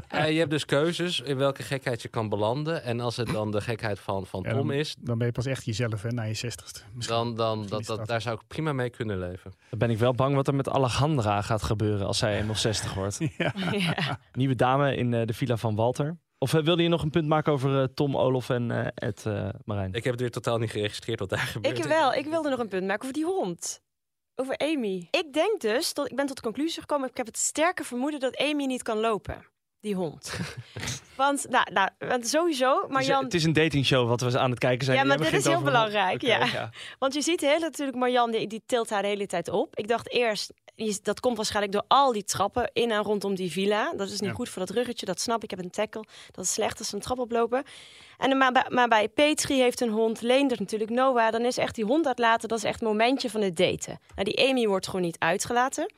Speaker 9: Eh, je hebt dus keuzes in welke gekheid je kan belanden. En als het dan de gekheid van, van
Speaker 8: Ja,
Speaker 9: Tom is,
Speaker 8: dan ben je pas echt jezelf, hè? Na je zestigste.
Speaker 9: dan, dan
Speaker 8: is
Speaker 9: dat,
Speaker 8: dat-
Speaker 9: dat, daar zou ik prima mee kunnen leven.
Speaker 3: Dan ben ik wel bang wat er met Alejandra gaat gebeuren als zij eenmaal 60 wordt.
Speaker 4: Ja.
Speaker 3: Nieuwe dame in eh, de villa van Walter. Of eh, wilde je nog een punt maken over eh, Tom, Olof en eh, Ed eh, Marijn?
Speaker 9: Ik heb het weer totaal niet geregistreerd wat daar gebeurt.
Speaker 4: Ik wel, ik wilde nog een punt maken over die hond. Over Amy. Ik denk dus, dat, ik ben tot de conclusie gekomen, ik heb het sterke vermoeden dat Amy niet kan lopen. Die hond. want, nou, nou, want sowieso,
Speaker 3: het, is,
Speaker 4: Marjan...
Speaker 3: het is een datingshow wat we aan het kijken zijn.
Speaker 4: Ja,
Speaker 3: en
Speaker 4: maar
Speaker 3: jij
Speaker 4: dit is heel
Speaker 3: begint over-
Speaker 4: belangrijk. ja.
Speaker 3: Oké, ja.
Speaker 4: Want je ziet de hele natuurlijk Marjan, die, die tilt haar de hele tijd op. Ik dacht eerst, je- dat komt waarschijnlijk door al die trappen in en rondom die villa. Dat is niet
Speaker 8: Ja.
Speaker 4: goed voor dat ruggetje, dat snap ik. Ik heb een tackle, dat is slecht als ze een trap oplopen. En, dan maar, bij- maar bij Petri heeft een hond, Leendert natuurlijk Noah. Dan is echt die hond uitlaten, dat is echt het momentje van het daten. Nou, die Amy wordt gewoon niet uitgelaten.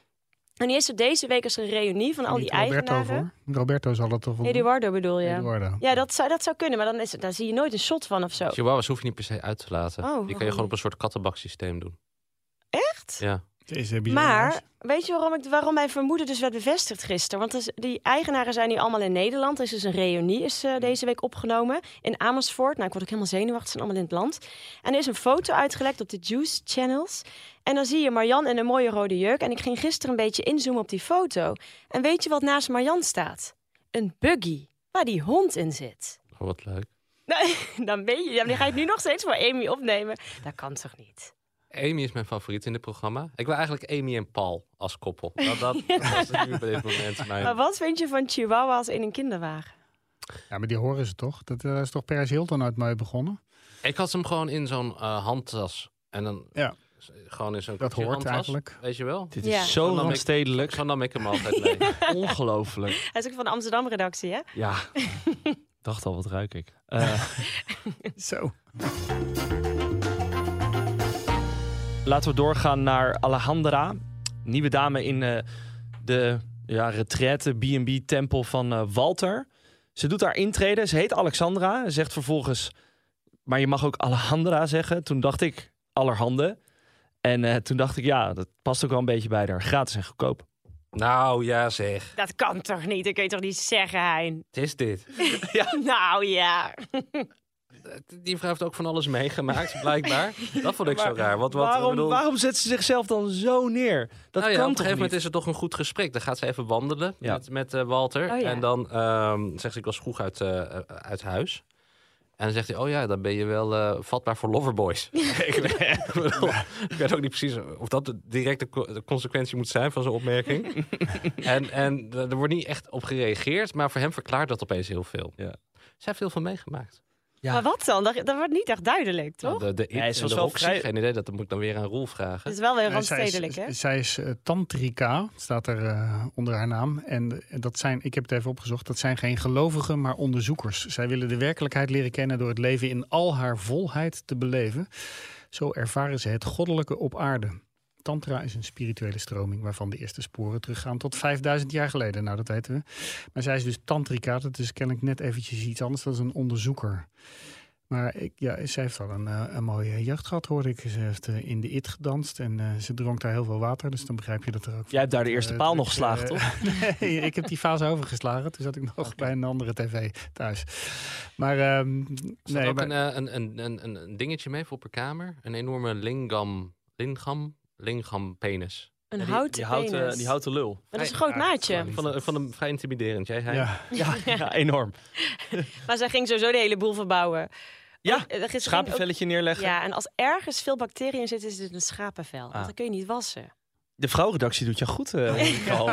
Speaker 4: En die is er deze week als een reunie van al die
Speaker 8: Niet Roberto
Speaker 4: eigenaren.
Speaker 8: voor. Roberto zal dat toch wel doen?
Speaker 4: Eduardo bedoel je?
Speaker 8: Eduardo.
Speaker 4: Ja, dat zou, dat zou kunnen, maar dan is, het- daar zie je nooit een shot van of zo.
Speaker 9: Chihuahuas hoef je niet per se uit te laten.
Speaker 4: Oh,
Speaker 9: die
Speaker 4: waarom
Speaker 9: kan je
Speaker 4: niet?
Speaker 9: gewoon op een soort kattenbaksysteem doen.
Speaker 4: Echt?
Speaker 9: Ja.
Speaker 8: Jezus, hè, bizar, jongens.
Speaker 4: Maar weet je waarom, ik, waarom mijn vermoeden dus werd bevestigd gisteren? Want dus die eigenaren zijn nu allemaal in Nederland. Er is dus een reunie is, eh, deze week opgenomen in Amersfoort. Nou, ik word ook helemaal zenuwachtig, ze zijn allemaal in het land. En er is een foto uitgelekt op de Juice Channels. En dan zie je Marjan in een mooie rode jurk. En ik ging gisteren een beetje inzoomen op die foto. En weet je wat naast Marjan staat? Een buggy waar die hond in zit.
Speaker 9: Oh, wat leuk.
Speaker 4: Nou, dan, ben je, dan ga je het nu nog steeds voor Amy opnemen. Dat kan toch niet?
Speaker 9: Amy is mijn favoriet in dit programma. Ik wil eigenlijk Amy en Paul als koppel. Dat, dat, dat is nu op dit moment
Speaker 4: Maar
Speaker 9: mijn...
Speaker 4: wat vind je van chihuahuas in een kinderwagen?
Speaker 8: Ja, maar die horen ze toch? Dat daar is toch Paris Hilton uit mee begonnen?
Speaker 9: Ik had hem gewoon in zo'n eh, handtas. En dan
Speaker 8: Ja.
Speaker 9: s- gewoon in zo'n
Speaker 8: Dat hoort
Speaker 9: handtas,
Speaker 8: eigenlijk.
Speaker 9: Weet je wel?
Speaker 3: Dit
Speaker 4: Ja.
Speaker 3: is zo
Speaker 9: Zo nam ik-
Speaker 3: randstedelijk.
Speaker 9: Zo nam ik hem altijd mee.
Speaker 3: Ongelooflijk.
Speaker 4: Hij is ook van de Amsterdam-redactie, hè?
Speaker 3: Ja. Dacht al, wat ruik ik. Eh,
Speaker 8: Zo.
Speaker 3: laten we doorgaan naar Alejandra. Nieuwe dame in eh, de ja, retraite, B&B-tempel van eh, Walter. Ze doet haar intrede. Ze heet Alexandra. Ze Zegt vervolgens, maar je mag ook Alejandra zeggen. Toen dacht ik, allerhande. En eh, toen dacht ik, ja, dat past ook wel een beetje bij haar. Gratis en goedkoop.
Speaker 9: Nou ja zeg,
Speaker 4: Dat kan toch niet? Dat kun je toch niet zeggen, Hein?
Speaker 9: het is dit.
Speaker 4: Nou ja.
Speaker 9: Die vrouw heeft ook van alles meegemaakt, blijkbaar. Dat vond ik zo raar. Wat, wat,
Speaker 3: waarom,
Speaker 9: ik bedoel,
Speaker 3: waarom zet ze zichzelf dan zo neer? Dat kan
Speaker 9: nou ja, op een
Speaker 3: toch
Speaker 9: gegeven moment
Speaker 3: niet?
Speaker 9: is er toch een goed gesprek. Dan gaat ze even wandelen
Speaker 3: Ja.
Speaker 9: met, met eh, Walter.
Speaker 4: Oh ja.
Speaker 9: En dan ehm, zegt ze, ik was vroeg uit, eh, uit eh, huis. En dan zegt hij, oh ja, dan ben je wel eh, vatbaar voor loverboys. ik, weet- ik bedoel, ik weet ook niet precies of dat de directe co- de consequentie moet zijn van zo'n opmerking. en, en er wordt niet echt op gereageerd, maar voor hem verklaart dat opeens heel veel.
Speaker 3: Ja.
Speaker 9: Zij heeft heel veel meegemaakt.
Speaker 4: Maar wat dan? Dat, dat wordt niet echt duidelijk,
Speaker 3: Nou,
Speaker 4: toch?
Speaker 9: De, de it
Speaker 3: Ja, hij is
Speaker 9: en
Speaker 3: wel
Speaker 9: de
Speaker 3: zo
Speaker 9: Roxy,
Speaker 3: vrij-
Speaker 9: geen idee, dat moet ik dan weer aan Roel vragen.
Speaker 4: Het is wel weer
Speaker 8: Nee, zij is-
Speaker 4: randstedelijk, hè?
Speaker 8: Zij is eh, tantrika, staat er eh, onder haar naam. En eh, dat zijn, ik heb het even opgezocht, dat zijn geen gelovigen, maar onderzoekers. Zij willen de werkelijkheid leren kennen door het leven in al haar volheid te beleven. Zo ervaren ze het goddelijke op aarde. Tantra is een spirituele stroming waarvan de eerste sporen teruggaan tot 5000 jaar geleden. Nou, dat weten we. Maar zij is dus tantrika, dat is kennelijk net eventjes iets anders. Dat is een onderzoeker. Maar ik, ja, zij heeft al een, eh, een mooie jeugd gehad, hoorde ik. Ze heeft eh, in de IT gedanst en eh, ze dronk daar heel veel water. Dus dan begrijp je dat er ook...
Speaker 3: Jij hebt daar de eerste
Speaker 8: Eh,
Speaker 3: paal
Speaker 8: dat
Speaker 3: nog
Speaker 8: ik,
Speaker 3: geslagen,
Speaker 8: eh,
Speaker 3: toch?
Speaker 8: nee, ik heb die fase overgeslagen. Toen zat ik nog bij een andere tv thuis. Maar ehm
Speaker 9: Is dat
Speaker 8: nee,
Speaker 9: ook
Speaker 8: maar,
Speaker 9: een, eh, een, een, een, een, een dingetje mee voor op haar kamer? Een enorme lingam, lingam, lingam penis.
Speaker 4: Een houten
Speaker 3: die houten-
Speaker 4: penis.
Speaker 3: die houten lul.
Speaker 4: Dat is een groot naadje.
Speaker 9: Van een, van een vrij intimiderend. Jij, eh, hij?
Speaker 8: Ja.
Speaker 3: Ja, ja, enorm.
Speaker 4: Maar zij ging sowieso de hele boel verbouwen.
Speaker 3: Ja,
Speaker 4: eh, er is geen-
Speaker 3: schapenvelletje neerleggen.
Speaker 4: Ja, en als ergens veel bacteriën zitten, is het een schapenvel.
Speaker 3: Ah.
Speaker 4: Want dan kun je niet wassen.
Speaker 3: De vrouwenredactie doet je goed. eh, hoor ik al.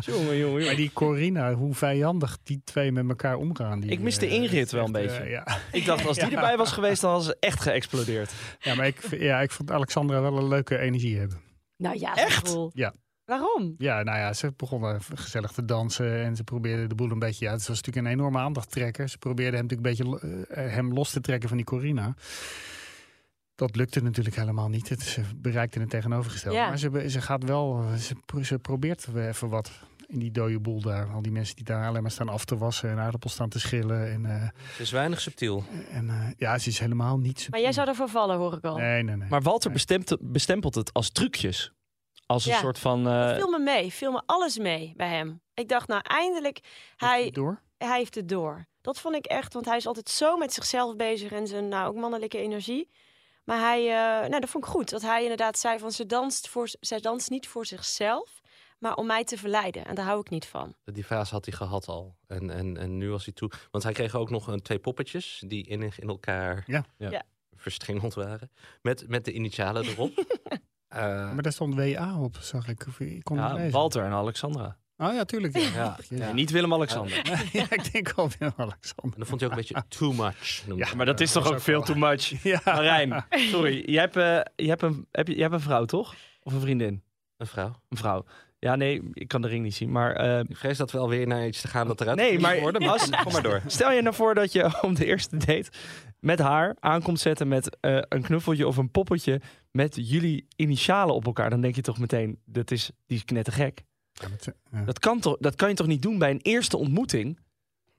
Speaker 3: jongen, jongen, jongen.
Speaker 8: maar die Corina, hoe vijandig die twee met elkaar omgaan. Die,
Speaker 3: Ik mis de
Speaker 8: eh,
Speaker 3: inrit wel een
Speaker 8: echt, eh,
Speaker 3: beetje.
Speaker 8: ja.
Speaker 3: Ik dacht, als die
Speaker 8: Ja.
Speaker 3: erbij was geweest, dan was ze echt geëxplodeerd.
Speaker 8: Ja, maar ik, v- ja, ik vond Alexandra wel een leuke energie hebben.
Speaker 4: Nou ja,
Speaker 3: Echt?
Speaker 4: Roel.
Speaker 8: Ja.
Speaker 4: Waarom?
Speaker 8: Ja, nou ja, ze begonnen gezellig te dansen en ze probeerden de boel een beetje... Ja, het was natuurlijk een enorme aandachttrekker. Ze probeerden hem natuurlijk een beetje lo- eh, hem los te trekken van die Corina. Dat lukte natuurlijk helemaal niet. Het, ze bereikten het tegenovergestelde.
Speaker 4: Ja.
Speaker 8: Maar ze, be- ze gaat wel, ze, pro- ze probeert weer even wat in die dode boel daar. Al die mensen die daar alleen maar staan af te wassen en aardappels staan te schillen. En, eh,
Speaker 9: Het is weinig subtiel.
Speaker 8: en eh, ja, ze is helemaal niet...
Speaker 4: Maar
Speaker 8: subtiel.
Speaker 3: Hm.
Speaker 4: jij zou ervoor vallen, hoor ik al.
Speaker 8: Nee, nee, nee.
Speaker 3: Maar Walter bestempt- bestempelt het als trucjes. Als een
Speaker 4: Ja.
Speaker 3: soort van... eh,
Speaker 4: Viel me mee, viel me alles mee bij hem. Ik dacht, nou eindelijk, hij,
Speaker 8: Door?
Speaker 4: hij heeft het door. Dat vond ik echt, want hij is altijd zo met zichzelf bezig en zijn nou, ook mannelijke energie. Maar hij, eh, nou, dat vond ik goed. Dat hij inderdaad zei van, ze danst, voor, zij danst niet voor zichzelf, maar om mij te verleiden. En daar hou ik niet van.
Speaker 9: Die fase had hij gehad al. En, en, en nu was hij toe. Want hij kreeg ook nog een, twee poppetjes die in, in elkaar
Speaker 8: Ja.
Speaker 3: Ja.
Speaker 4: Ja.
Speaker 9: verstrengeld waren. Met, met de initialen erop. Eh,
Speaker 8: Maar daar stond WA op, zag ik. Of Ik kon het
Speaker 3: ja,
Speaker 8: lezen.
Speaker 3: Walter en Alexandra.
Speaker 8: Oh ja, tuurlijk. Ja.
Speaker 9: Ja.
Speaker 8: Jezus.
Speaker 3: Nee, niet Willem-Alexander.
Speaker 8: ja, ik denk al Willem Alexander.
Speaker 9: en dat vond hij ook een beetje too much. noemde hij.
Speaker 3: maar dat is toch ook veel too much.
Speaker 8: Ja.
Speaker 3: Marijn, sorry. Jij hebt, eh, jij, hebt een, heb je, jij hebt een vrouw, toch? Of een vriendin?
Speaker 9: Een vrouw.
Speaker 3: Een vrouw. Ja, nee, ik kan de ring niet zien. Maar eh,
Speaker 9: Ik vrees dat we alweer naar iets te gaan dat eruit
Speaker 3: nee,
Speaker 9: moet
Speaker 3: maar,
Speaker 9: worden.
Speaker 3: als-
Speaker 9: kom maar door.
Speaker 3: stel je nou voor dat je om de eerste date met haar aankomt zetten met eh, een knuffeltje of een poppetje met jullie initialen op elkaar. Dan denk je toch meteen, dat is, die is knettergek.
Speaker 8: Ja, met, eh, ja.
Speaker 3: Dat kan, toch, dat kan je toch niet doen bij een eerste ontmoeting?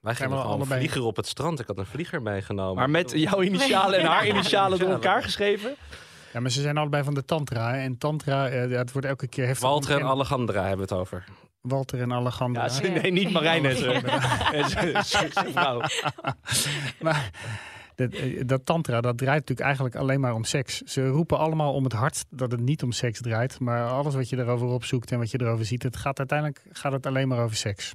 Speaker 9: Wij gingen
Speaker 8: we
Speaker 9: gewoon
Speaker 8: allebei-
Speaker 9: vliegen op het strand. Ik had een vlieger meegenomen.
Speaker 3: Maar met jouw initialen en haar initialen door
Speaker 9: Initialen.
Speaker 3: elkaar geschreven?
Speaker 8: Ja, maar ze zijn allebei van de Tantra. hè. En Tantra, eh, ja, het wordt elke keer. Heeft
Speaker 9: Walter en
Speaker 8: en
Speaker 9: Alejandra hebben we het over.
Speaker 8: Walter en Alejandra.
Speaker 3: Ja, ze- nee, niet Marijn eh, en zijn- en zijn- en zijn vrouw.
Speaker 8: maar dat, eh, dat Tantra, dat draait natuurlijk eigenlijk alleen maar om seks. Ze roepen allemaal om het hart dat het niet om seks draait. Maar alles wat je erover opzoekt en wat je erover ziet, het gaat uiteindelijk gaat het alleen maar over seks.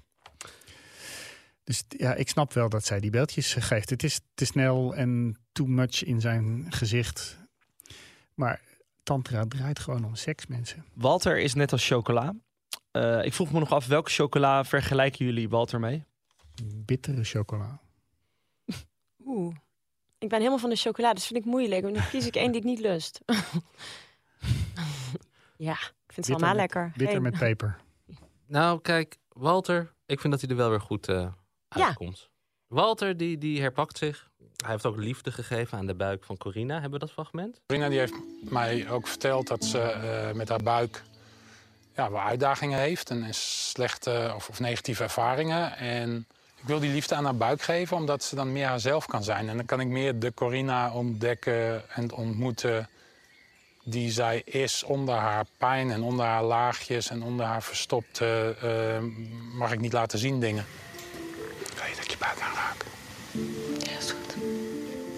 Speaker 8: Dus t- ja, ik snap wel dat zij die beeldjes eh, geeft. Het is te snel en too much in zijn gezicht. Maar Tantra draait gewoon om seks, mensen.
Speaker 3: Walter is net als chocola. Eh, ik vroeg me nog af, welke chocola vergelijken jullie Walter mee?
Speaker 8: Bittere chocola.
Speaker 4: Oeh. Ik ben helemaal van de chocolade, dus vind ik moeilijk. Want dan kies ik één die ik niet lust. ja, ik vind ze allemaal lekker.
Speaker 8: Bitter
Speaker 4: Geen-
Speaker 8: met peper.
Speaker 9: Nou, kijk, Walter, ik vind dat hij er wel weer goed eh,
Speaker 4: Ja.
Speaker 9: uitkomt. Walter, die, die herpakt zich. Hij heeft ook liefde gegeven aan de buik van Corina. Hebben we dat fragment?
Speaker 11: Corina die heeft mij ook verteld dat ze eh, met haar buik ja, wel uitdagingen heeft. En, en slechte of, of negatieve ervaringen. En ik wil die liefde aan haar buik geven, omdat ze dan meer haarzelf kan zijn. En dan kan ik meer de Corina ontdekken en ontmoeten die zij is onder haar pijn en onder haar laagjes en onder haar verstopte, eh, mag ik niet laten zien dingen. Kan je dat ik je buik aanraken?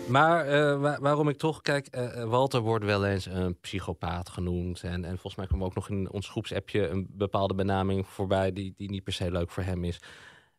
Speaker 9: Maar eh, wa- waarom ik toch... Kijk, eh, eh, Walter wordt wel eens een psychopaat genoemd. En, en volgens mij kwam ook nog in ons groepsappje... een bepaalde benaming voorbij die, die niet per se leuk voor hem is.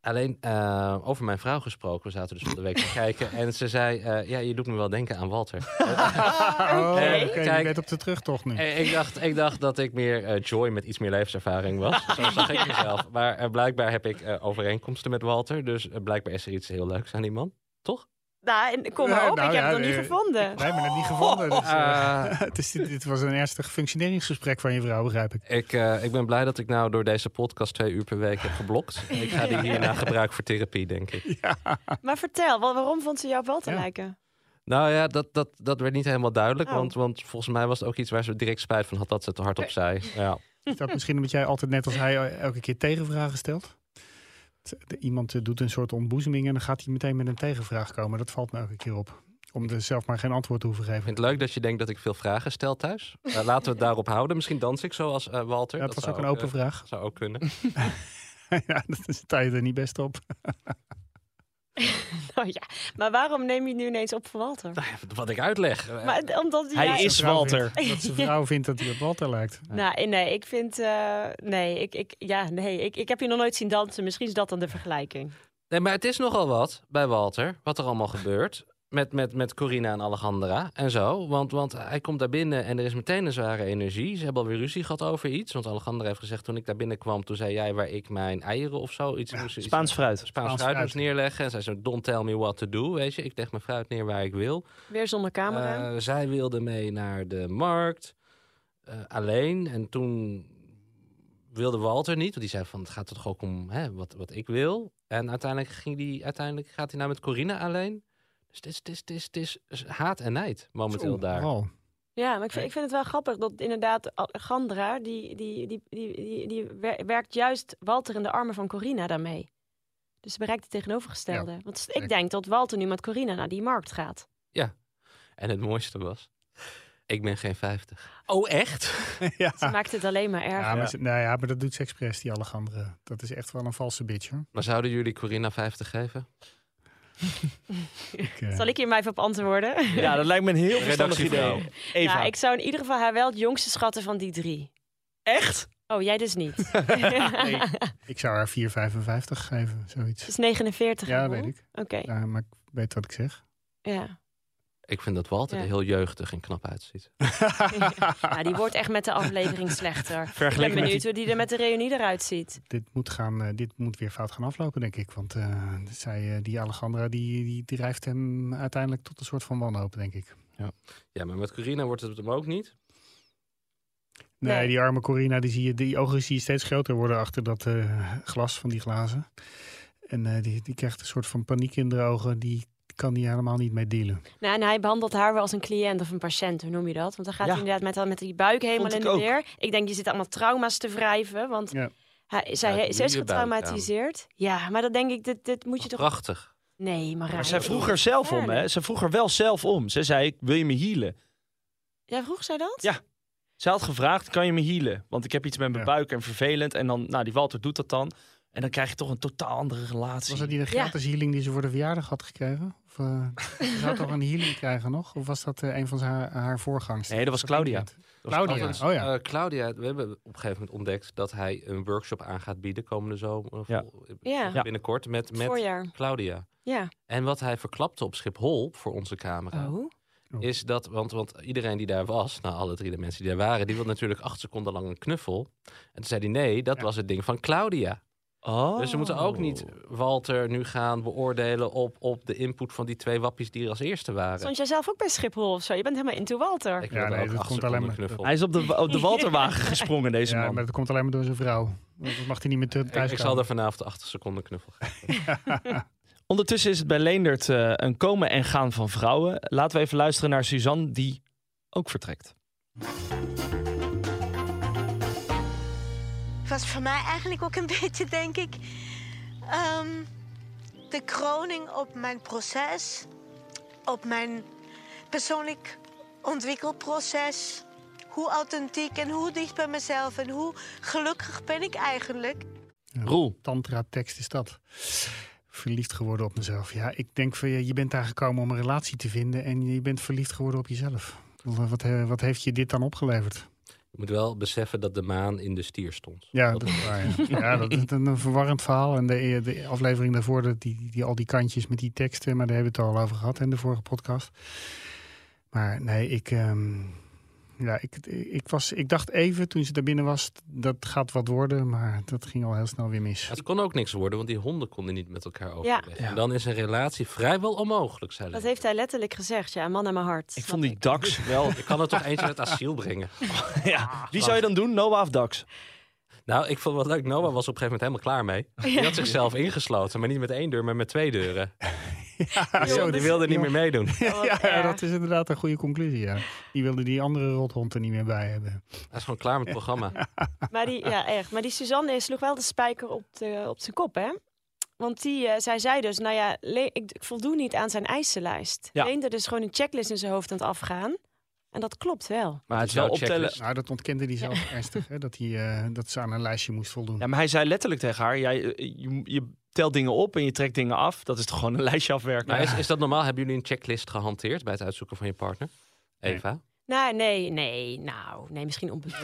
Speaker 9: Alleen eh, over mijn vrouw gesproken, we zaten dus van de week te kijken. En ze zei: eh, Ja, je doet me wel denken aan Walter.
Speaker 8: Oh,
Speaker 9: Eh,
Speaker 8: oké, je
Speaker 9: kijk.
Speaker 8: bent op de terugtocht nu.
Speaker 9: Eh, ik, dacht, ik dacht dat ik meer eh, Joy met iets meer levenservaring was. Zo zag ik mezelf. Maar eh, blijkbaar heb ik eh, overeenkomsten met Walter. Dus eh, blijkbaar is er iets heel leuks aan die man. Toch?
Speaker 4: Nou, en kom
Speaker 8: Ja,
Speaker 4: maar op,
Speaker 8: nou
Speaker 4: ik heb
Speaker 8: ja,
Speaker 4: het nog niet
Speaker 8: eh,
Speaker 4: gevonden.
Speaker 8: Wij hebben het niet gevonden. Dus, eh,
Speaker 9: Eh.
Speaker 8: het is, dit, dit was een ernstig functioneringsgesprek van je vrouw, begrijp ik.
Speaker 9: Ik, eh, ik ben blij dat ik nou door deze podcast twee uur per week heb geblokt. Ik ga die hierna gebruiken voor therapie, denk ik.
Speaker 4: Maar vertel, wa- waarom vond ze jou op Walter lijken?
Speaker 9: Nou ja, dat, dat, dat werd niet helemaal duidelijk.
Speaker 4: Oh.
Speaker 9: Want, want volgens mij was het ook iets waar ze direct spijt van had dat ze het te hard op zei. Ja.
Speaker 8: Is dat misschien omdat jij altijd net als hij eh, elke keer tegenvragen stelt? Het- de- Iemand eh, doet een soort ontboezeming en dan gaat hij meteen met een tegenvraag komen. Dat valt me elke keer op. Om er zelf maar geen antwoord te hoeven
Speaker 9: Ik
Speaker 8: geven.
Speaker 9: vind het leuk dat je denkt dat ik veel vragen stel thuis. Eh, laten we het daarop houden. Misschien dans ik zoals eh, Walter.
Speaker 8: Ja, het was
Speaker 9: zou
Speaker 8: ook een open
Speaker 9: eh,
Speaker 8: vraag.
Speaker 9: Zou ook kunnen.
Speaker 8: ja, dan sta je er niet best op.
Speaker 4: Nou ja, maar waarom neem je het nu ineens op voor Walter?
Speaker 9: Wat ik uitleg. Eh,
Speaker 4: Maar, eh, omdat
Speaker 3: Hij
Speaker 4: jij-
Speaker 3: is Walter.
Speaker 8: Dat zijn vrouw vindt dat hij op Walter lijkt.
Speaker 4: Nou, eh, nee, ik vind... eh, nee, ik, ik, ja, nee ik, ik heb je nog nooit zien dansen. Misschien is dat dan de vergelijking.
Speaker 9: Nee, maar het is nogal wat bij Walter, wat er allemaal gebeurt. Met, met, met Corina en Alejandra en zo. Want, want hij komt daar binnen en er is meteen een zware energie. Ze hebben alweer ruzie gehad over iets. Want Alejandra heeft gezegd, toen ik daar binnenkwam... toen zei jij waar ik mijn eieren of zo... Iets, moest- iets-
Speaker 3: Spaans fruit.
Speaker 9: Spaans fruit moest neerleggen. En zij zei, don't tell me what to do, weet je. Ik leg mijn fruit neer waar ik wil.
Speaker 4: Weer zonder camera.
Speaker 9: Eh, zij wilde mee naar de markt eh, alleen. En toen wilde Walter niet, want die zei van het gaat toch ook om hè, wat, wat ik wil. En uiteindelijk, ging die, uiteindelijk gaat hij nou met Corina alleen. Dus het is, het is, het is, het is, haat en nijd momenteel
Speaker 8: Oeh,
Speaker 9: daar.
Speaker 8: wauw.
Speaker 4: Ja, maar ik vind, ik vind het wel grappig dat inderdaad Al- Gandra, die, die, die, die, die, die wer- werkt juist Walter in de armen van Corina daarmee. Dus ze bereikt het tegenovergestelde. Want ik denk dat Walter nu met Corina naar die markt gaat.
Speaker 9: Ja. En het mooiste was, ik ben geen 50. Oh, echt?
Speaker 8: ja.
Speaker 4: Ze maakt het alleen maar
Speaker 8: Ah. Ja,
Speaker 4: erger.
Speaker 8: maar, ze- nou ja, maar dat doet ze expres, die Alejandra. Dat is echt wel een valse bitch, hoor.
Speaker 9: Maar zouden jullie Corina 50 geven?
Speaker 8: Ik, eh,
Speaker 4: Zal ik hier maar even op antwoorden?
Speaker 3: Ja, dat lijkt me een heel verstandig
Speaker 9: Redactievrouw.
Speaker 3: idee. Eva,
Speaker 4: Nou, ik zou in ieder geval haar wel het jongste schatten van die drie.
Speaker 3: echt?
Speaker 4: Oh, jij dus niet.
Speaker 8: ik zou haar 4,55 geven, zoiets.
Speaker 4: Ze is 49.
Speaker 8: Ja,
Speaker 4: Roel.
Speaker 8: weet ik.
Speaker 4: Oké,
Speaker 8: Ja, maar ik weet wat ik zeg.
Speaker 4: ja.
Speaker 9: Ik vind dat Walter
Speaker 4: Ja.
Speaker 9: er heel jeugdig en knap uitziet.
Speaker 4: ja. Die wordt echt met de aflevering slechter. Ik ben
Speaker 3: Vergeleken met
Speaker 4: benieuwd
Speaker 3: die...
Speaker 4: hoe die er met de reunie eruit ziet.
Speaker 8: Dit moet, gaan, eh, dit moet weer fout gaan aflopen, denk ik. Want eh, zij, eh, die Alejandra die, die drijft hem uiteindelijk tot een soort van wanhoop, denk ik.
Speaker 9: Ja, maar met Corina wordt het hem ook niet.
Speaker 8: Nee,
Speaker 4: Nee.
Speaker 8: die arme Corina, die, zie je, die ogen zie je steeds groter worden achter dat eh, glas van die glazen. En eh, die, die krijgt een soort van paniek in de ogen. Die kan die helemaal niet mee dealen.
Speaker 4: Nou, en hij behandelt haar wel als een cliënt of een patiënt, hoe noem je dat? Want dan gaat
Speaker 3: Ja.
Speaker 4: hij inderdaad met, dat- met die buik helemaal
Speaker 3: Vond
Speaker 4: in
Speaker 3: ik
Speaker 4: de
Speaker 3: ook.
Speaker 4: weer. Ik denk, je zit allemaal trauma's te wrijven, want
Speaker 8: Ja.
Speaker 4: hij, zij,
Speaker 9: Ja,
Speaker 4: ze is
Speaker 9: nieuwe buik aan.
Speaker 4: getraumatiseerd. Ja, maar dat denk ik, dit, dit moet je toch...
Speaker 9: Prachtig.
Speaker 4: Nee, maar
Speaker 3: Maar zij vroeg er zelf om, hè? Ze vroeg er wel zelf om. Ze zei, wil je me healen?
Speaker 4: Ja, vroeg zij dat?
Speaker 3: Ja. Ze had gevraagd, kan je me healen? Want ik heb iets met mijn
Speaker 8: Ja.
Speaker 3: buik en vervelend. En dan, nou, die Walter doet dat dan. En dan krijg je toch een totaal andere relatie.
Speaker 8: Was dat niet de
Speaker 4: Ja.
Speaker 8: gratis healing die ze voor de verjaardag had gekregen? Of eh, ze zou toch een healing krijgen nog? Of was dat eh, een van haar, haar voorgangers?
Speaker 3: Nee, dat was Claudia.
Speaker 8: Dat
Speaker 9: Dat was
Speaker 8: Claudia,
Speaker 9: trouwens,
Speaker 8: oh ja.
Speaker 9: eh, Claudia, we hebben op een gegeven moment ontdekt dat hij een workshop aan gaat bieden komende zomer. of
Speaker 3: Ja.
Speaker 9: vol-
Speaker 4: Ja.
Speaker 9: eh, Binnenkort met, met
Speaker 4: Voorjaar.
Speaker 9: Claudia.
Speaker 4: Ja.
Speaker 9: En wat hij verklapte op Schiphol voor onze camera.
Speaker 4: Oh.
Speaker 9: Is dat, want, want iedereen die daar was, nou alle drie de mensen die daar waren, die wilde natuurlijk acht seconden lang een knuffel. En toen zei hij nee, dat was het ding van Claudia.
Speaker 3: Oh.
Speaker 9: Dus we moeten ook niet
Speaker 8: Oh.
Speaker 9: Walter nu gaan beoordelen op, op de input van die twee wappies die er als eerste waren.
Speaker 4: Stond jij zelf ook bij Schiphol of zo? Je bent helemaal into Walter.
Speaker 9: Ik
Speaker 8: Ja,
Speaker 9: wilde
Speaker 8: nee,
Speaker 9: ook
Speaker 8: dat
Speaker 9: acht
Speaker 8: komt
Speaker 9: seconden
Speaker 8: alleen maar-
Speaker 9: knuffel.
Speaker 3: Hij is op de, op de Walterwagen gesprongen, deze
Speaker 8: Ja,
Speaker 3: man.
Speaker 8: maar dat komt alleen maar door zijn vrouw. Want Dat mag hij niet meer thuis
Speaker 9: Ik, ik zal
Speaker 8: komen.
Speaker 9: er vanavond acht seconden knuffel geven.
Speaker 3: Ondertussen is het bij Leendert eh, een komen en gaan van vrouwen. Laten we even luisteren naar Suzanne, die ook vertrekt.
Speaker 13: was voor mij eigenlijk ook een beetje, denk ik, ehm, de kroning op mijn proces, op mijn persoonlijk ontwikkelproces. Hoe authentiek en hoe dicht bij mezelf en hoe gelukkig ben ik eigenlijk.
Speaker 3: Roel.
Speaker 8: Tantra-tekst is dat. Verliefd geworden op mezelf. Ja, ik denk van je, je bent daar gekomen om een relatie te vinden en je bent verliefd geworden op jezelf. Wat, wat, eh, wat heeft je dit dan opgeleverd?
Speaker 9: Je moet wel beseffen dat de maan in de stier stond.
Speaker 8: Ja, dat is waar. Ja, ja dat is een, een verwarrend verhaal. En de, eh, de aflevering daarvoor, dat die, die, die- al die kantjes met die teksten, maar daar hebben we het al over gehad in de vorige podcast. Maar nee, ik, ehm, ja, ik, ik, was, ik dacht even toen ze daar binnen was, dat gaat wat worden, maar dat ging al heel snel weer mis.
Speaker 9: Het kon ook niks worden, want die honden konden niet met elkaar
Speaker 4: Ja.
Speaker 9: overweg. En dan is een relatie vrijwel onmogelijk, zei
Speaker 4: Dat
Speaker 9: hij.
Speaker 4: heeft hij letterlijk gezegd. Ja, man naar mijn hart.
Speaker 3: Ik vond die Dax wel...
Speaker 9: Ik kan er toch eentje naar het asiel brengen.
Speaker 3: ja, wie zou je dan doen? Noah of Dax?
Speaker 9: Nou, ik vond het wel leuk. Noah was op een gegeven moment helemaal klaar mee. Die had zichzelf ingesloten, maar niet met één deur, maar met twee deuren. Die wilde- die wilde niet meer meedoen.
Speaker 8: Ja, dat is inderdaad een goede conclusie. Ja. Die wilde die andere rothond er niet meer bij hebben.
Speaker 9: Hij is gewoon klaar met het programma.
Speaker 4: Maar die, ja, echt. Maar die Suzanne sloeg wel de spijker op, de, op zijn kop, hè? Want die, eh, zij zei dus, nou ja, le- ik, ik voldoen niet aan zijn eisenlijst.
Speaker 3: Ja.
Speaker 4: Leende dus gewoon een checklist in zijn hoofd aan het afgaan. En dat klopt wel.
Speaker 3: Maar het is wel optellen...
Speaker 8: Nou, dat ontkende hij zelf ernstig, hè, dat, hij, eh, dat ze aan een lijstje moest voldoen.
Speaker 3: Ja, maar hij zei letterlijk tegen haar, jij, eh, je, je telt dingen op en je trekt dingen af. Dat is toch gewoon een lijstje afwerken?
Speaker 9: Maar is, is dat normaal? Hebben jullie een checklist gehanteerd bij het uitzoeken van je partner? Eva?
Speaker 4: Nou, nee, nee, nou, nee, misschien onbewust.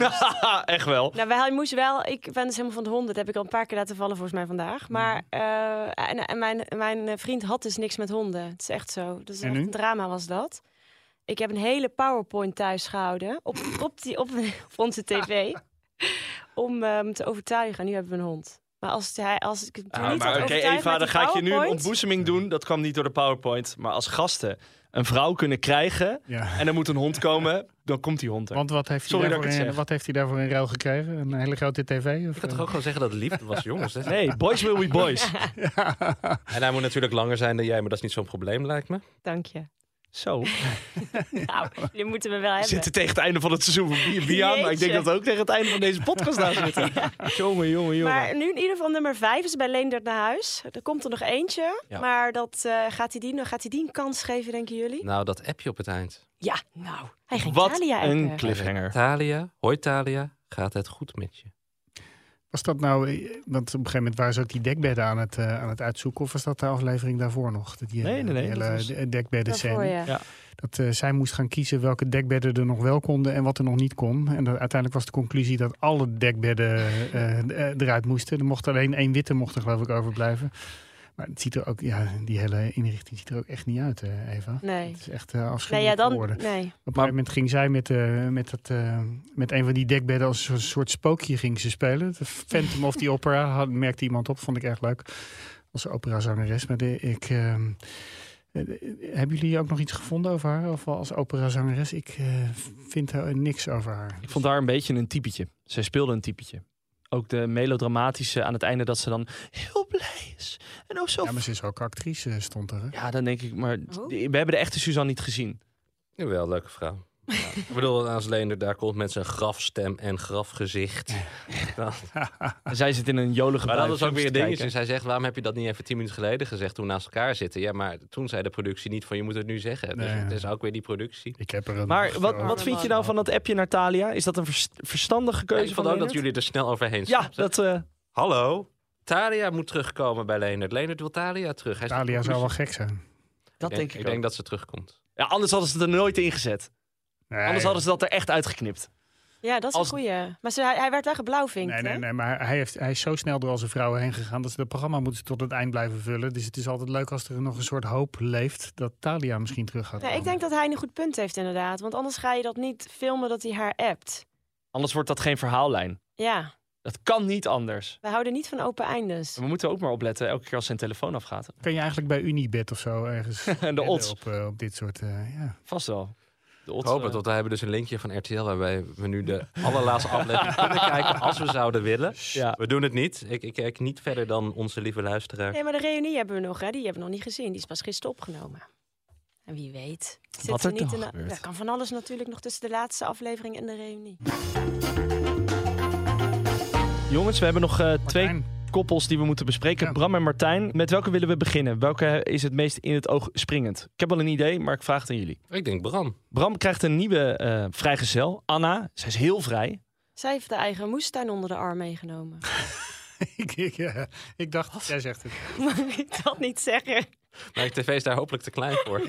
Speaker 3: Echt wel.
Speaker 4: Nou, hij moest wel. Ik ben dus helemaal van de hond. Dat heb ik al een paar keer laten vallen volgens mij vandaag.
Speaker 8: Mhm.
Speaker 4: Maar eh, en, en mijn, mijn eh, vriend had dus niks met honden. Het is echt zo. Dus
Speaker 8: En
Speaker 4: echt
Speaker 8: nu?
Speaker 4: een drama was dat. Ik heb een hele PowerPoint thuis gehouden op, op, die, op, op onze tv om eh, hem te overtuigen. Nu hebben we een hond. Maar als, hij, als ik het toen
Speaker 3: Ah,
Speaker 4: niet
Speaker 3: maar
Speaker 4: had
Speaker 3: oké,
Speaker 4: overtuigd
Speaker 3: Eva,
Speaker 4: met
Speaker 3: dan
Speaker 4: die
Speaker 3: ga ik je nu een
Speaker 4: PowerPoint-
Speaker 3: ontboezeming doen. Dat kwam niet door de PowerPoint. Maar als gasten een vrouw kunnen krijgen
Speaker 8: Ja.
Speaker 3: en er moet een hond komen, dan komt die hond er.
Speaker 8: Want wat heeft,
Speaker 3: Sorry
Speaker 8: hij
Speaker 3: dat ik
Speaker 8: daarvoor
Speaker 3: het
Speaker 8: in,
Speaker 3: zeg.
Speaker 8: wat heeft hij daarvoor in ruil gekregen? Een hele grote tv? Of, eh,
Speaker 9: Ik kan toch ook gewoon zeggen dat het liefde was, jongens. hè?
Speaker 3: Nee, boys will be boys.
Speaker 9: En hij moet natuurlijk langer zijn dan jij, maar dat is niet zo'n probleem, lijkt me.
Speaker 4: Dank je.
Speaker 3: Zo.
Speaker 4: Nou, jullie moeten me wel
Speaker 3: We
Speaker 4: hebben.
Speaker 3: zitten tegen het einde van het seizoen van B&B aan. Maar ik denk
Speaker 4: Jeetje.
Speaker 3: dat we ook tegen het einde van deze podcast daar zitten. Jongen, jongen, jongen.
Speaker 4: Maar nu in ieder geval nummer vijf is bij Leendert naar huis. Er komt er nog eentje.
Speaker 9: Ja.
Speaker 4: Maar dat, eh, gaat, hij die, gaat hij die een kans geven, denken jullie?
Speaker 9: Nou, dat appje op het eind.
Speaker 4: Ja, nou. Hij ging
Speaker 3: Wat
Speaker 4: Thalia
Speaker 3: een
Speaker 4: appen.
Speaker 3: cliffhanger.
Speaker 9: Talia, hoi Talia, gaat het goed met je?
Speaker 8: Was dat nou, eh, want op een gegeven moment waren ze ook die dekbedden aan het, eh, aan het uitzoeken. Of was dat de aflevering daarvoor nog? Dat Die, eh,
Speaker 3: Nee, nee, nee,
Speaker 8: die
Speaker 3: dat
Speaker 8: hele
Speaker 3: was
Speaker 8: de- dekbedden
Speaker 4: daarvoor,
Speaker 8: scène.
Speaker 4: ja. Ja.
Speaker 8: Dat eh, zij moest gaan kiezen welke dekbedden er nog wel konden en wat er nog niet kon. En dat, uiteindelijk was de conclusie dat alle dekbedden eh, eh, eruit moesten. Er mocht alleen één witte mocht er geloof ik overblijven. Maar het ziet er ook, ja, die hele inrichting ziet er ook echt niet uit, eh, Eva.
Speaker 4: Nee.
Speaker 8: Het is echt eh
Speaker 4: Nee, ja,
Speaker 8: afschuwelijk
Speaker 4: dan,
Speaker 8: geworden.
Speaker 4: nee.
Speaker 8: Op een gegeven moment ging zij met, eh, met, dat, eh, met een van die dekbedden als een soort spookje ging ze spelen. De Phantom of the Opera had, merkte iemand op, vond ik erg leuk. Als operazangeres. Maar de- ik, eh, eh, hebben jullie ook nog iets gevonden over haar? Of wel als operazangeres? Ik eh, vind er niks over haar.
Speaker 3: Ik vond haar een beetje een typetje. Zij speelde een typetje. Ook de melodramatische aan het einde dat ze dan heel blij is. En ook zo...
Speaker 8: Ja, maar ze is ook actrice, stond er. hè?
Speaker 3: Ja, dan denk ik, maar
Speaker 9: Oh.
Speaker 3: we hebben de echte Suzanne niet gezien.
Speaker 9: Jawel, leuke vrouw. Ja. Ik bedoel, als Leender daar komt met zijn grafstem en grafgezicht. Dan-
Speaker 3: En zij zit in een jolige
Speaker 9: Maar
Speaker 3: bui
Speaker 9: dat is ook
Speaker 3: films
Speaker 9: weer
Speaker 3: te
Speaker 9: dingetjes. En
Speaker 3: kijken.
Speaker 9: zij zegt, waarom heb je dat niet even tien minuten geleden gezegd toen we naast elkaar zitten? Ja, maar toen zei de productie niet van, je moet het nu zeggen. Dus
Speaker 8: Nee.
Speaker 9: het is ook weer die productie.
Speaker 8: Ik heb er een eh,
Speaker 3: Maar
Speaker 8: nacht
Speaker 3: wat,
Speaker 8: over.
Speaker 3: wat vind je nou van dat appje naar Thalia? Is dat een vers- verstandige keuze
Speaker 9: Ja, ik vond
Speaker 3: van
Speaker 9: ook dat
Speaker 3: Leendert?
Speaker 9: jullie er snel overheen
Speaker 3: Ja,
Speaker 9: stapten.
Speaker 3: dat... eh,
Speaker 9: Hallo? Talia moet terugkomen bij Leendert. Leendert wil Talia terug. Hij is de
Speaker 8: Talia zou wel
Speaker 9: productie.
Speaker 8: gek zijn.
Speaker 3: Dat denk,
Speaker 9: ik.
Speaker 3: ik,
Speaker 9: Ik denk dat ze terugkomt.
Speaker 3: Ja, anders hadden ze het er nooit ingezet.
Speaker 8: Nee,
Speaker 3: Anders hadden ze dat er echt uitgeknipt.
Speaker 4: Ja, dat is
Speaker 3: Als-
Speaker 4: een goeie. Maar ze, hij, hij werd eigenlijk blauwvinkt,
Speaker 8: Nee,
Speaker 4: hè?
Speaker 8: nee, nee, maar hij, heeft, hij is zo snel door al zijn vrouwen heen gegaan dat ze dat programma moeten tot het eind blijven vullen. Dus het is altijd leuk als er nog een soort hoop leeft dat Talia misschien terug gaat.
Speaker 4: Nee, ik
Speaker 8: komen.
Speaker 4: denk dat hij een goed punt heeft, inderdaad. Want anders ga je dat niet filmen dat hij haar appt.
Speaker 3: Anders wordt dat geen verhaallijn.
Speaker 4: Ja,
Speaker 3: Dat kan niet anders.
Speaker 4: we houden niet van open eindes.
Speaker 3: We moeten ook maar opletten elke keer als zijn telefoon afgaat.
Speaker 8: Kan je eigenlijk bij Unibed of zo ergens
Speaker 3: En de
Speaker 8: wedden
Speaker 3: odds.
Speaker 8: op, eh, op dit soort. eh, ja.
Speaker 3: Vast wel. De
Speaker 9: Ik
Speaker 3: odds,
Speaker 9: hoop
Speaker 3: eh,
Speaker 9: het, want we hebben dus een linkje van RTL waarbij we nu de allerlaatste aflevering kunnen kijken als we zouden willen.
Speaker 3: Ja.
Speaker 9: We doen het niet. Ik, ik kijk niet verder dan onze lieve luisteraar.
Speaker 4: Nee, maar de reunie hebben we nog, hè? Die hebben we nog niet gezien. Die is pas gisteren opgenomen. En wie weet. Zit
Speaker 3: Wat
Speaker 4: ze
Speaker 3: er
Speaker 4: niet
Speaker 3: dan
Speaker 4: in de...
Speaker 3: gebeurt.
Speaker 4: Ja, kan van alles natuurlijk nog tussen de laatste aflevering en de reunie.
Speaker 3: Jongens, we hebben nog eh, twee koppels die we moeten bespreken.
Speaker 8: Ja.
Speaker 3: Bram en Martijn. Met welke willen we beginnen? Welke is het meest in het oog springend? Ik heb wel een idee, maar ik vraag het aan jullie.
Speaker 9: Ik denk Bram.
Speaker 3: Bram krijgt een nieuwe eh, vrijgezel. Anna, zij is heel vrij.
Speaker 4: Zij heeft de eigen moestuin onder de arm meegenomen.
Speaker 8: ik, ik, eh, ik dacht, jij zegt het.
Speaker 4: Mag ik dat niet zeggen?
Speaker 9: Mijn tv is daar hopelijk te klein voor.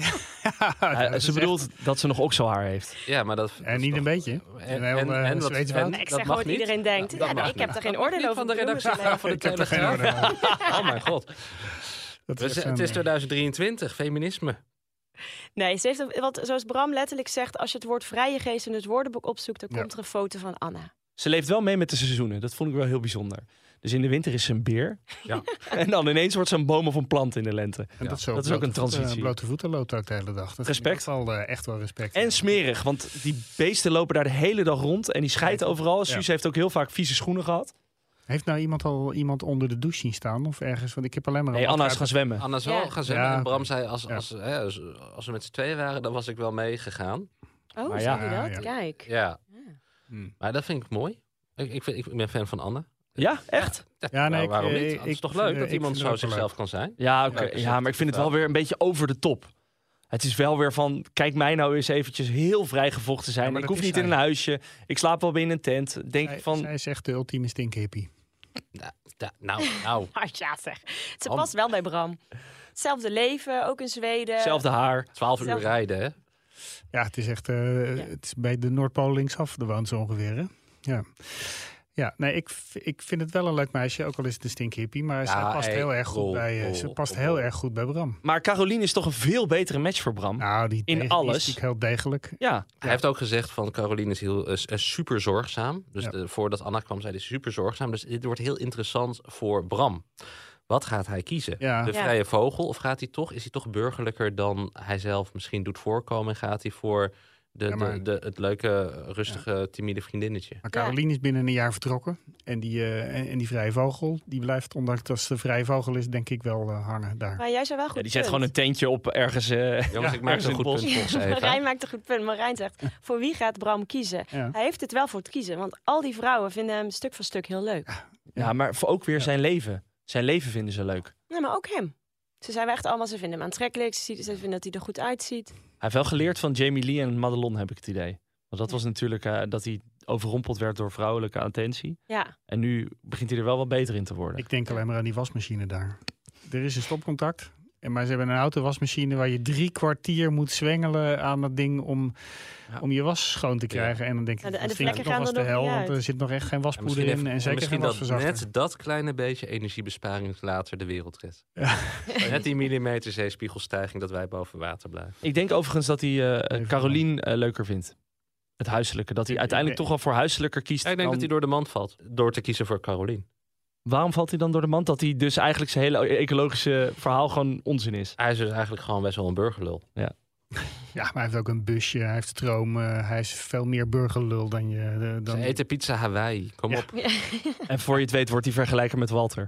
Speaker 3: Eh, ze bedoelt dat ze nog okselhaar heeft.
Speaker 9: Ja, maar dat...
Speaker 8: En niet een beetje.
Speaker 9: En,
Speaker 8: Heel, eh, Zweedse woud.
Speaker 4: Ik zeg gewoon, iedereen denkt, ja,
Speaker 9: mag
Speaker 4: ik heb
Speaker 9: niet.
Speaker 4: er geen oordeel over. dus,
Speaker 9: van de
Speaker 4: ik bedoel het
Speaker 9: redactie
Speaker 4: alleen.
Speaker 9: van de
Speaker 8: Ik heb er geen
Speaker 9: Telegraaf.
Speaker 8: oordeel
Speaker 9: Oh mijn god.
Speaker 8: Dat
Speaker 9: We
Speaker 8: is eh,
Speaker 9: zijn-
Speaker 8: een-
Speaker 9: het is 2023, feminisme.
Speaker 4: Nee, ze heeft, een- wat, zoals Bram letterlijk zegt, als je het woord vrije geest in het woordenboek opzoekt, dan
Speaker 3: Ja.
Speaker 4: komt er een foto van Anna.
Speaker 3: Ze leeft wel mee met de seizoenen. Dat vond ik wel heel bijzonder. Dus in de winter is ze een beer. En dan ineens wordt ze een boom of een plant in de lente.
Speaker 8: En dat, zo
Speaker 3: dat is ook een
Speaker 8: blote voeten-
Speaker 3: transitie.
Speaker 8: blote voeten loopt ook de hele dag. Dat respect. Al, echt wel respect.
Speaker 3: En smerig, want die beesten lopen daar de hele dag rond en die scheiden overal. Suus heeft ook heel vaak vieze schoenen gehad.
Speaker 8: Heeft nou iemand al iemand onder de douche zien staan of ergens? Want ik heb alleen maar.
Speaker 3: Nee,
Speaker 8: een
Speaker 3: Anna is gaan
Speaker 8: afspraak-
Speaker 3: zwemmen.
Speaker 9: Anna is wel gaan zwemmen.
Speaker 8: Ja.
Speaker 9: En Bram zei, als, als, hè, als, als we met z'n tweeën waren, dan was ik wel meegegaan.
Speaker 4: Oh,
Speaker 9: Maar
Speaker 4: zie
Speaker 9: ja.
Speaker 4: je
Speaker 9: Ja,
Speaker 4: dat?
Speaker 9: ja.
Speaker 4: Kijk.
Speaker 9: Ja.
Speaker 8: Hm.
Speaker 9: Maar dat vind ik mooi. Ik, ik, vind, ik ben fan van Anna.
Speaker 3: Ja, echt?
Speaker 9: Ja,
Speaker 8: Ja, nee,
Speaker 9: waar-
Speaker 8: ik-
Speaker 9: Nou, waarom niet?
Speaker 8: eh,
Speaker 9: Het is
Speaker 8: ik
Speaker 9: toch
Speaker 8: vind-
Speaker 9: leuk dat
Speaker 8: ik
Speaker 9: iemand
Speaker 8: vind
Speaker 9: zo
Speaker 8: het ook wel
Speaker 9: zichzelf
Speaker 8: leuk.
Speaker 9: kan zijn?
Speaker 3: Ja,
Speaker 8: Nou,
Speaker 3: oké.
Speaker 9: Leuk is
Speaker 3: ja, maar ik vind het wel weer een beetje over de top. Het is wel weer van, kijk mij nou eens eventjes heel vrijgevochten te zijn.
Speaker 8: maar
Speaker 3: ik
Speaker 8: dat
Speaker 3: hoef
Speaker 8: is
Speaker 3: niet
Speaker 8: zij.
Speaker 3: in een huisje. Ik slaap wel binnen een tent. Denk ik
Speaker 8: Zij,
Speaker 3: van,
Speaker 8: zij is echt de ultieme stinkhippie.
Speaker 9: Da- nou, nou.
Speaker 4: Ah, ja zeg. Ze
Speaker 9: Am-
Speaker 4: past wel bij Bram. Hetzelfde leven, ook in Zweden.
Speaker 3: zelfde haar.
Speaker 9: 12 uur
Speaker 4: Zelfde-
Speaker 9: rijden, hè?
Speaker 8: Ja, het is echt eh, Het is bij de Noordpool linksaf, daar woont ze ongeveer. Hè? Ja. Ja, nee, ik, v- ik vind het wel een leuk meisje, ook al is het een stinkhippie. Maar ze
Speaker 9: Ja,
Speaker 8: past
Speaker 9: hey,
Speaker 8: heel erg goed
Speaker 9: rol,
Speaker 8: bij, eh,
Speaker 9: rol,
Speaker 8: ze past
Speaker 9: rol,
Speaker 8: heel
Speaker 9: rol.
Speaker 8: erg goed bij Bram.
Speaker 3: Maar Caroline is toch een veel betere match voor Bram.
Speaker 8: Nou, die
Speaker 3: in
Speaker 8: deg- die is
Speaker 3: alles.
Speaker 8: natuurlijk heel degelijk.
Speaker 3: Ja,
Speaker 9: Hij heeft ook gezegd van Caroline is heel eh, s- eh, super zorgzaam. Dus eh, voordat Anna kwam, zei hij super zorgzaam. Dus dit wordt heel interessant voor Bram. Wat gaat hij kiezen?
Speaker 8: Ja.
Speaker 9: De
Speaker 8: Ja.
Speaker 9: vrije vogel? Of gaat hij toch, is hij toch burgerlijker dan hij zelf misschien doet voorkomen? En gaat hij voor de,
Speaker 8: Ja, maar-
Speaker 9: de, de, het leuke, rustige, timide vriendinnetje?
Speaker 8: Maar Caroline is binnen een jaar vertrokken. En die, eh, en, en die vrije vogel, die blijft, ondanks dat ze de vrije vogel is, denk ik wel eh, hangen daar.
Speaker 4: Maar jij zou wel goed
Speaker 3: Ja, die zet gewoon een tentje op ergens. eh
Speaker 9: Jongens,
Speaker 3: ergens
Speaker 9: ik maak zo'n
Speaker 3: in het
Speaker 9: goed
Speaker 3: bos.
Speaker 9: punt volgens even.
Speaker 4: Marijn maakt een goed punt. Marijn zegt, voor wie gaat Bram kiezen?
Speaker 8: Ja.
Speaker 4: Hij heeft het wel voor het kiezen, want al die vrouwen vinden hem stuk voor stuk heel leuk.
Speaker 3: Ja, maar voor ook weer zijn leven. Zijn leven vinden ze leuk.
Speaker 4: Nee, maar ook hem. Ze zijn wel echt allemaal, ze vinden hem aantrekkelijk, ze, zien- ze vinden dat hij er goed uitziet.
Speaker 3: Hij heeft wel geleerd van Jamie Lee en Madelon, heb ik het idee. Want dat was natuurlijk eh, dat hij overrompeld werd door vrouwelijke attentie.
Speaker 4: Ja.
Speaker 3: En nu begint hij er wel wat beter in te worden.
Speaker 8: Ik denk alleen maar aan die wasmachine daar. Er is een stopcontact. En maar ze hebben een autowasmachine waar je drie kwartier moet zwengelen aan dat ding om, om je was schoon te krijgen. En dan denk ik,
Speaker 4: En de- en de
Speaker 8: dat vind ik
Speaker 4: vlekken
Speaker 8: toch
Speaker 4: gaan
Speaker 8: als
Speaker 4: er
Speaker 8: de
Speaker 4: nog
Speaker 8: hel,
Speaker 4: niet
Speaker 8: want er
Speaker 4: uit.
Speaker 8: zit nog echt geen waspoeder
Speaker 9: Misschien
Speaker 8: in
Speaker 9: heeft-
Speaker 8: en zeker geen
Speaker 9: misschien dat
Speaker 8: wasverzachter.
Speaker 9: net dat kleine beetje energiebesparing later de wereld redt. Net die millimeter zeespiegelstijging dat wij boven water blijven.
Speaker 3: Ik denk overigens dat hij eh Carolien eh, leuker vindt. Het huiselijke. Dat hij uiteindelijk
Speaker 9: nee.
Speaker 3: toch wel voor huiselijker kiest.
Speaker 9: Ja, ik denk
Speaker 3: dan-
Speaker 9: dat hij door de mand valt. Door te kiezen voor Carolien.
Speaker 3: Waarom valt hij dan door de mand? Dat hij dus eigenlijk zijn hele ecologische verhaal gewoon onzin is.
Speaker 9: Hij is dus eigenlijk gewoon best wel een burgerlul.
Speaker 3: Ja.
Speaker 8: Ja, maar hij heeft ook een busje, hij heeft stroom, eh, hij is veel meer burgerlul dan je... eh,
Speaker 9: Ze
Speaker 8: dan...
Speaker 9: eten pizza Hawaii. Kom
Speaker 8: Ja.
Speaker 9: op.
Speaker 3: En voor je het weet wordt hij vergelijken met Walter.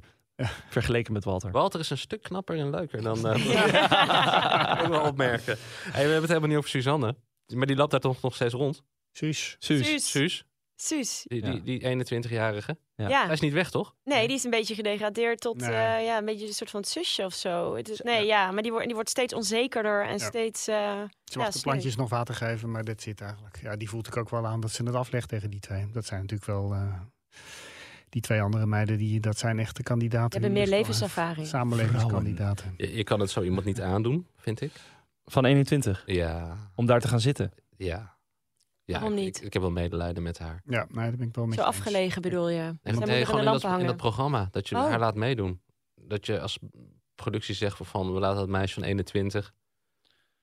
Speaker 3: Vergeleken met Walter.
Speaker 9: Walter is een stuk knapper en leuker dan... eh Kunnen we opmerken. Hey, we hebben het helemaal niet over Suzanne. Maar die loopt daar toch nog steeds rond.
Speaker 8: Suus.
Speaker 3: Suus.
Speaker 4: Suus.
Speaker 9: Suus,
Speaker 4: Suus.
Speaker 9: die, die, die 21-jarige.
Speaker 3: Ja.
Speaker 4: Ja.
Speaker 9: Hij is niet weg, toch?
Speaker 4: Nee, die is een beetje gedegradeerd tot
Speaker 9: Nee.
Speaker 4: eh, ja, een beetje een soort van zusje of zo. Het is, nee, ja, maar die wordt, die wordt steeds onzekerder en
Speaker 8: Ja.
Speaker 4: steeds... eh
Speaker 8: Ze
Speaker 4: ja,
Speaker 8: mag de
Speaker 4: sneu.
Speaker 8: plantjes nog water geven, maar dat zit eigenlijk. Ja, die voelt ik ook wel aan dat ze het aflegt tegen die twee. Dat zijn natuurlijk wel... eh, die twee andere meiden, die, dat zijn echte kandidaten.
Speaker 4: Die hebben
Speaker 8: in
Speaker 4: meer
Speaker 8: de-
Speaker 4: levenservaring.
Speaker 8: Samenlevingskandidaten.
Speaker 9: Je, je kan het zo iemand niet aandoen, vind ik.
Speaker 3: Van 21.
Speaker 9: Ja,
Speaker 3: Om daar te gaan zitten.
Speaker 9: ja. ja
Speaker 4: Waarom
Speaker 9: ik-
Speaker 4: niet?
Speaker 9: Ik, ik heb wel medelijden met haar.
Speaker 8: Ja, nee, dat ben ik wel met
Speaker 4: Zo
Speaker 8: je eens.
Speaker 4: afgelegen bedoel je. Zij
Speaker 9: Nee,
Speaker 4: moeten
Speaker 9: nee,
Speaker 4: er
Speaker 9: gewoon
Speaker 4: de
Speaker 9: in dat,
Speaker 4: lampen
Speaker 9: in dat
Speaker 4: hangen.
Speaker 9: programma. Dat je
Speaker 4: Oh.
Speaker 9: haar laat meedoen. Dat je als productie zegt van, van we laten dat meisje van 21.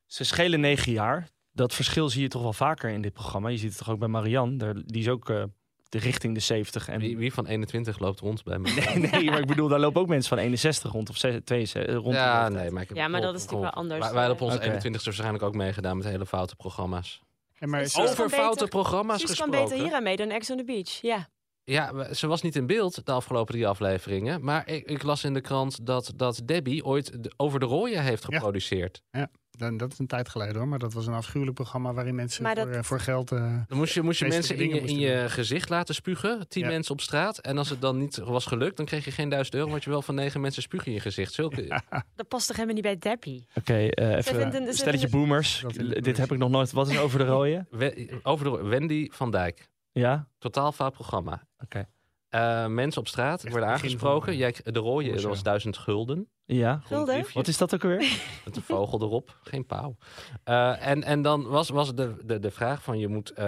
Speaker 3: Ze schelen negen jaar. Dat verschil zie je toch wel vaker in dit programma. Je ziet het toch ook bij Marianne. Daar- Die is ook eh, de richting de 70. En...
Speaker 9: Wie, wie van 21 loopt rond bij me?
Speaker 3: Nee, nee, maar ik bedoel, daar lopen ook mensen van 61 rond of 62 rond. die
Speaker 9: ja,
Speaker 3: leeftijd.
Speaker 9: nee, maar ik heb
Speaker 4: Ja, maar
Speaker 9: klopt,
Speaker 4: dat is natuurlijk wel
Speaker 9: klopt.
Speaker 4: anders.
Speaker 9: Wij, wij hebben op onze
Speaker 3: Oké.
Speaker 9: 21ste waarschijnlijk ook meegedaan met hele foute programma's.
Speaker 8: En maar
Speaker 4: Dus
Speaker 8: ze-
Speaker 4: Suus kan
Speaker 9: Over
Speaker 4: beter-
Speaker 9: foute programma's
Speaker 4: Suus kan beter
Speaker 9: gesproken.
Speaker 4: hier aan mee dan Ex on the Beach. Ja.
Speaker 9: Ja, we- ze was niet in beeld de afgelopen drie afleveringen. Maar ik, ik las in de krant dat, dat Debbie ooit de- Over de Rooien heeft geproduceerd.
Speaker 8: Ja, dan, dat is een tijd geleden hoor, maar dat was een afschuwelijk programma waarin mensen
Speaker 4: Maar dat-
Speaker 8: voor, eh, voor geld. eh,
Speaker 9: Dan moest je, moest je
Speaker 8: Vreselijke
Speaker 9: mensen in je,
Speaker 8: dingen
Speaker 9: in
Speaker 8: moesten
Speaker 9: je gezicht laten spugen. Tien
Speaker 8: Ja.
Speaker 9: mensen op straat. En als het dan niet was gelukt, dan kreeg je geen duizend euro. Want je wel van negen mensen spugen in je gezicht. Zulke...
Speaker 4: Dat past toch helemaal niet bij Debbie?
Speaker 3: Oké, eh,
Speaker 4: vindt
Speaker 3: even
Speaker 4: een-
Speaker 3: een
Speaker 4: ze
Speaker 3: stelletje
Speaker 4: vinden-
Speaker 3: boomers.
Speaker 8: Dat vindt-
Speaker 3: Dit heb ik nog nooit. Wat is over de rode?
Speaker 9: We- over de Rooien, Wendy van Dijk.
Speaker 3: Ja,
Speaker 9: Totaal fout programma.
Speaker 3: oké.
Speaker 9: Eh, mensen op straat worden
Speaker 8: het begin
Speaker 9: aangesproken.
Speaker 8: van, eh,
Speaker 9: Jij, de rooie
Speaker 8: Oeh,
Speaker 9: dat
Speaker 8: zo.
Speaker 9: was duizend gulden.
Speaker 3: Ja.
Speaker 4: Gulden. briefje.
Speaker 3: Wat is dat ook weer?
Speaker 9: Met een vogel erop, geen pauw. Eh, en, en dan was, was de, de, de vraag van je moet eh,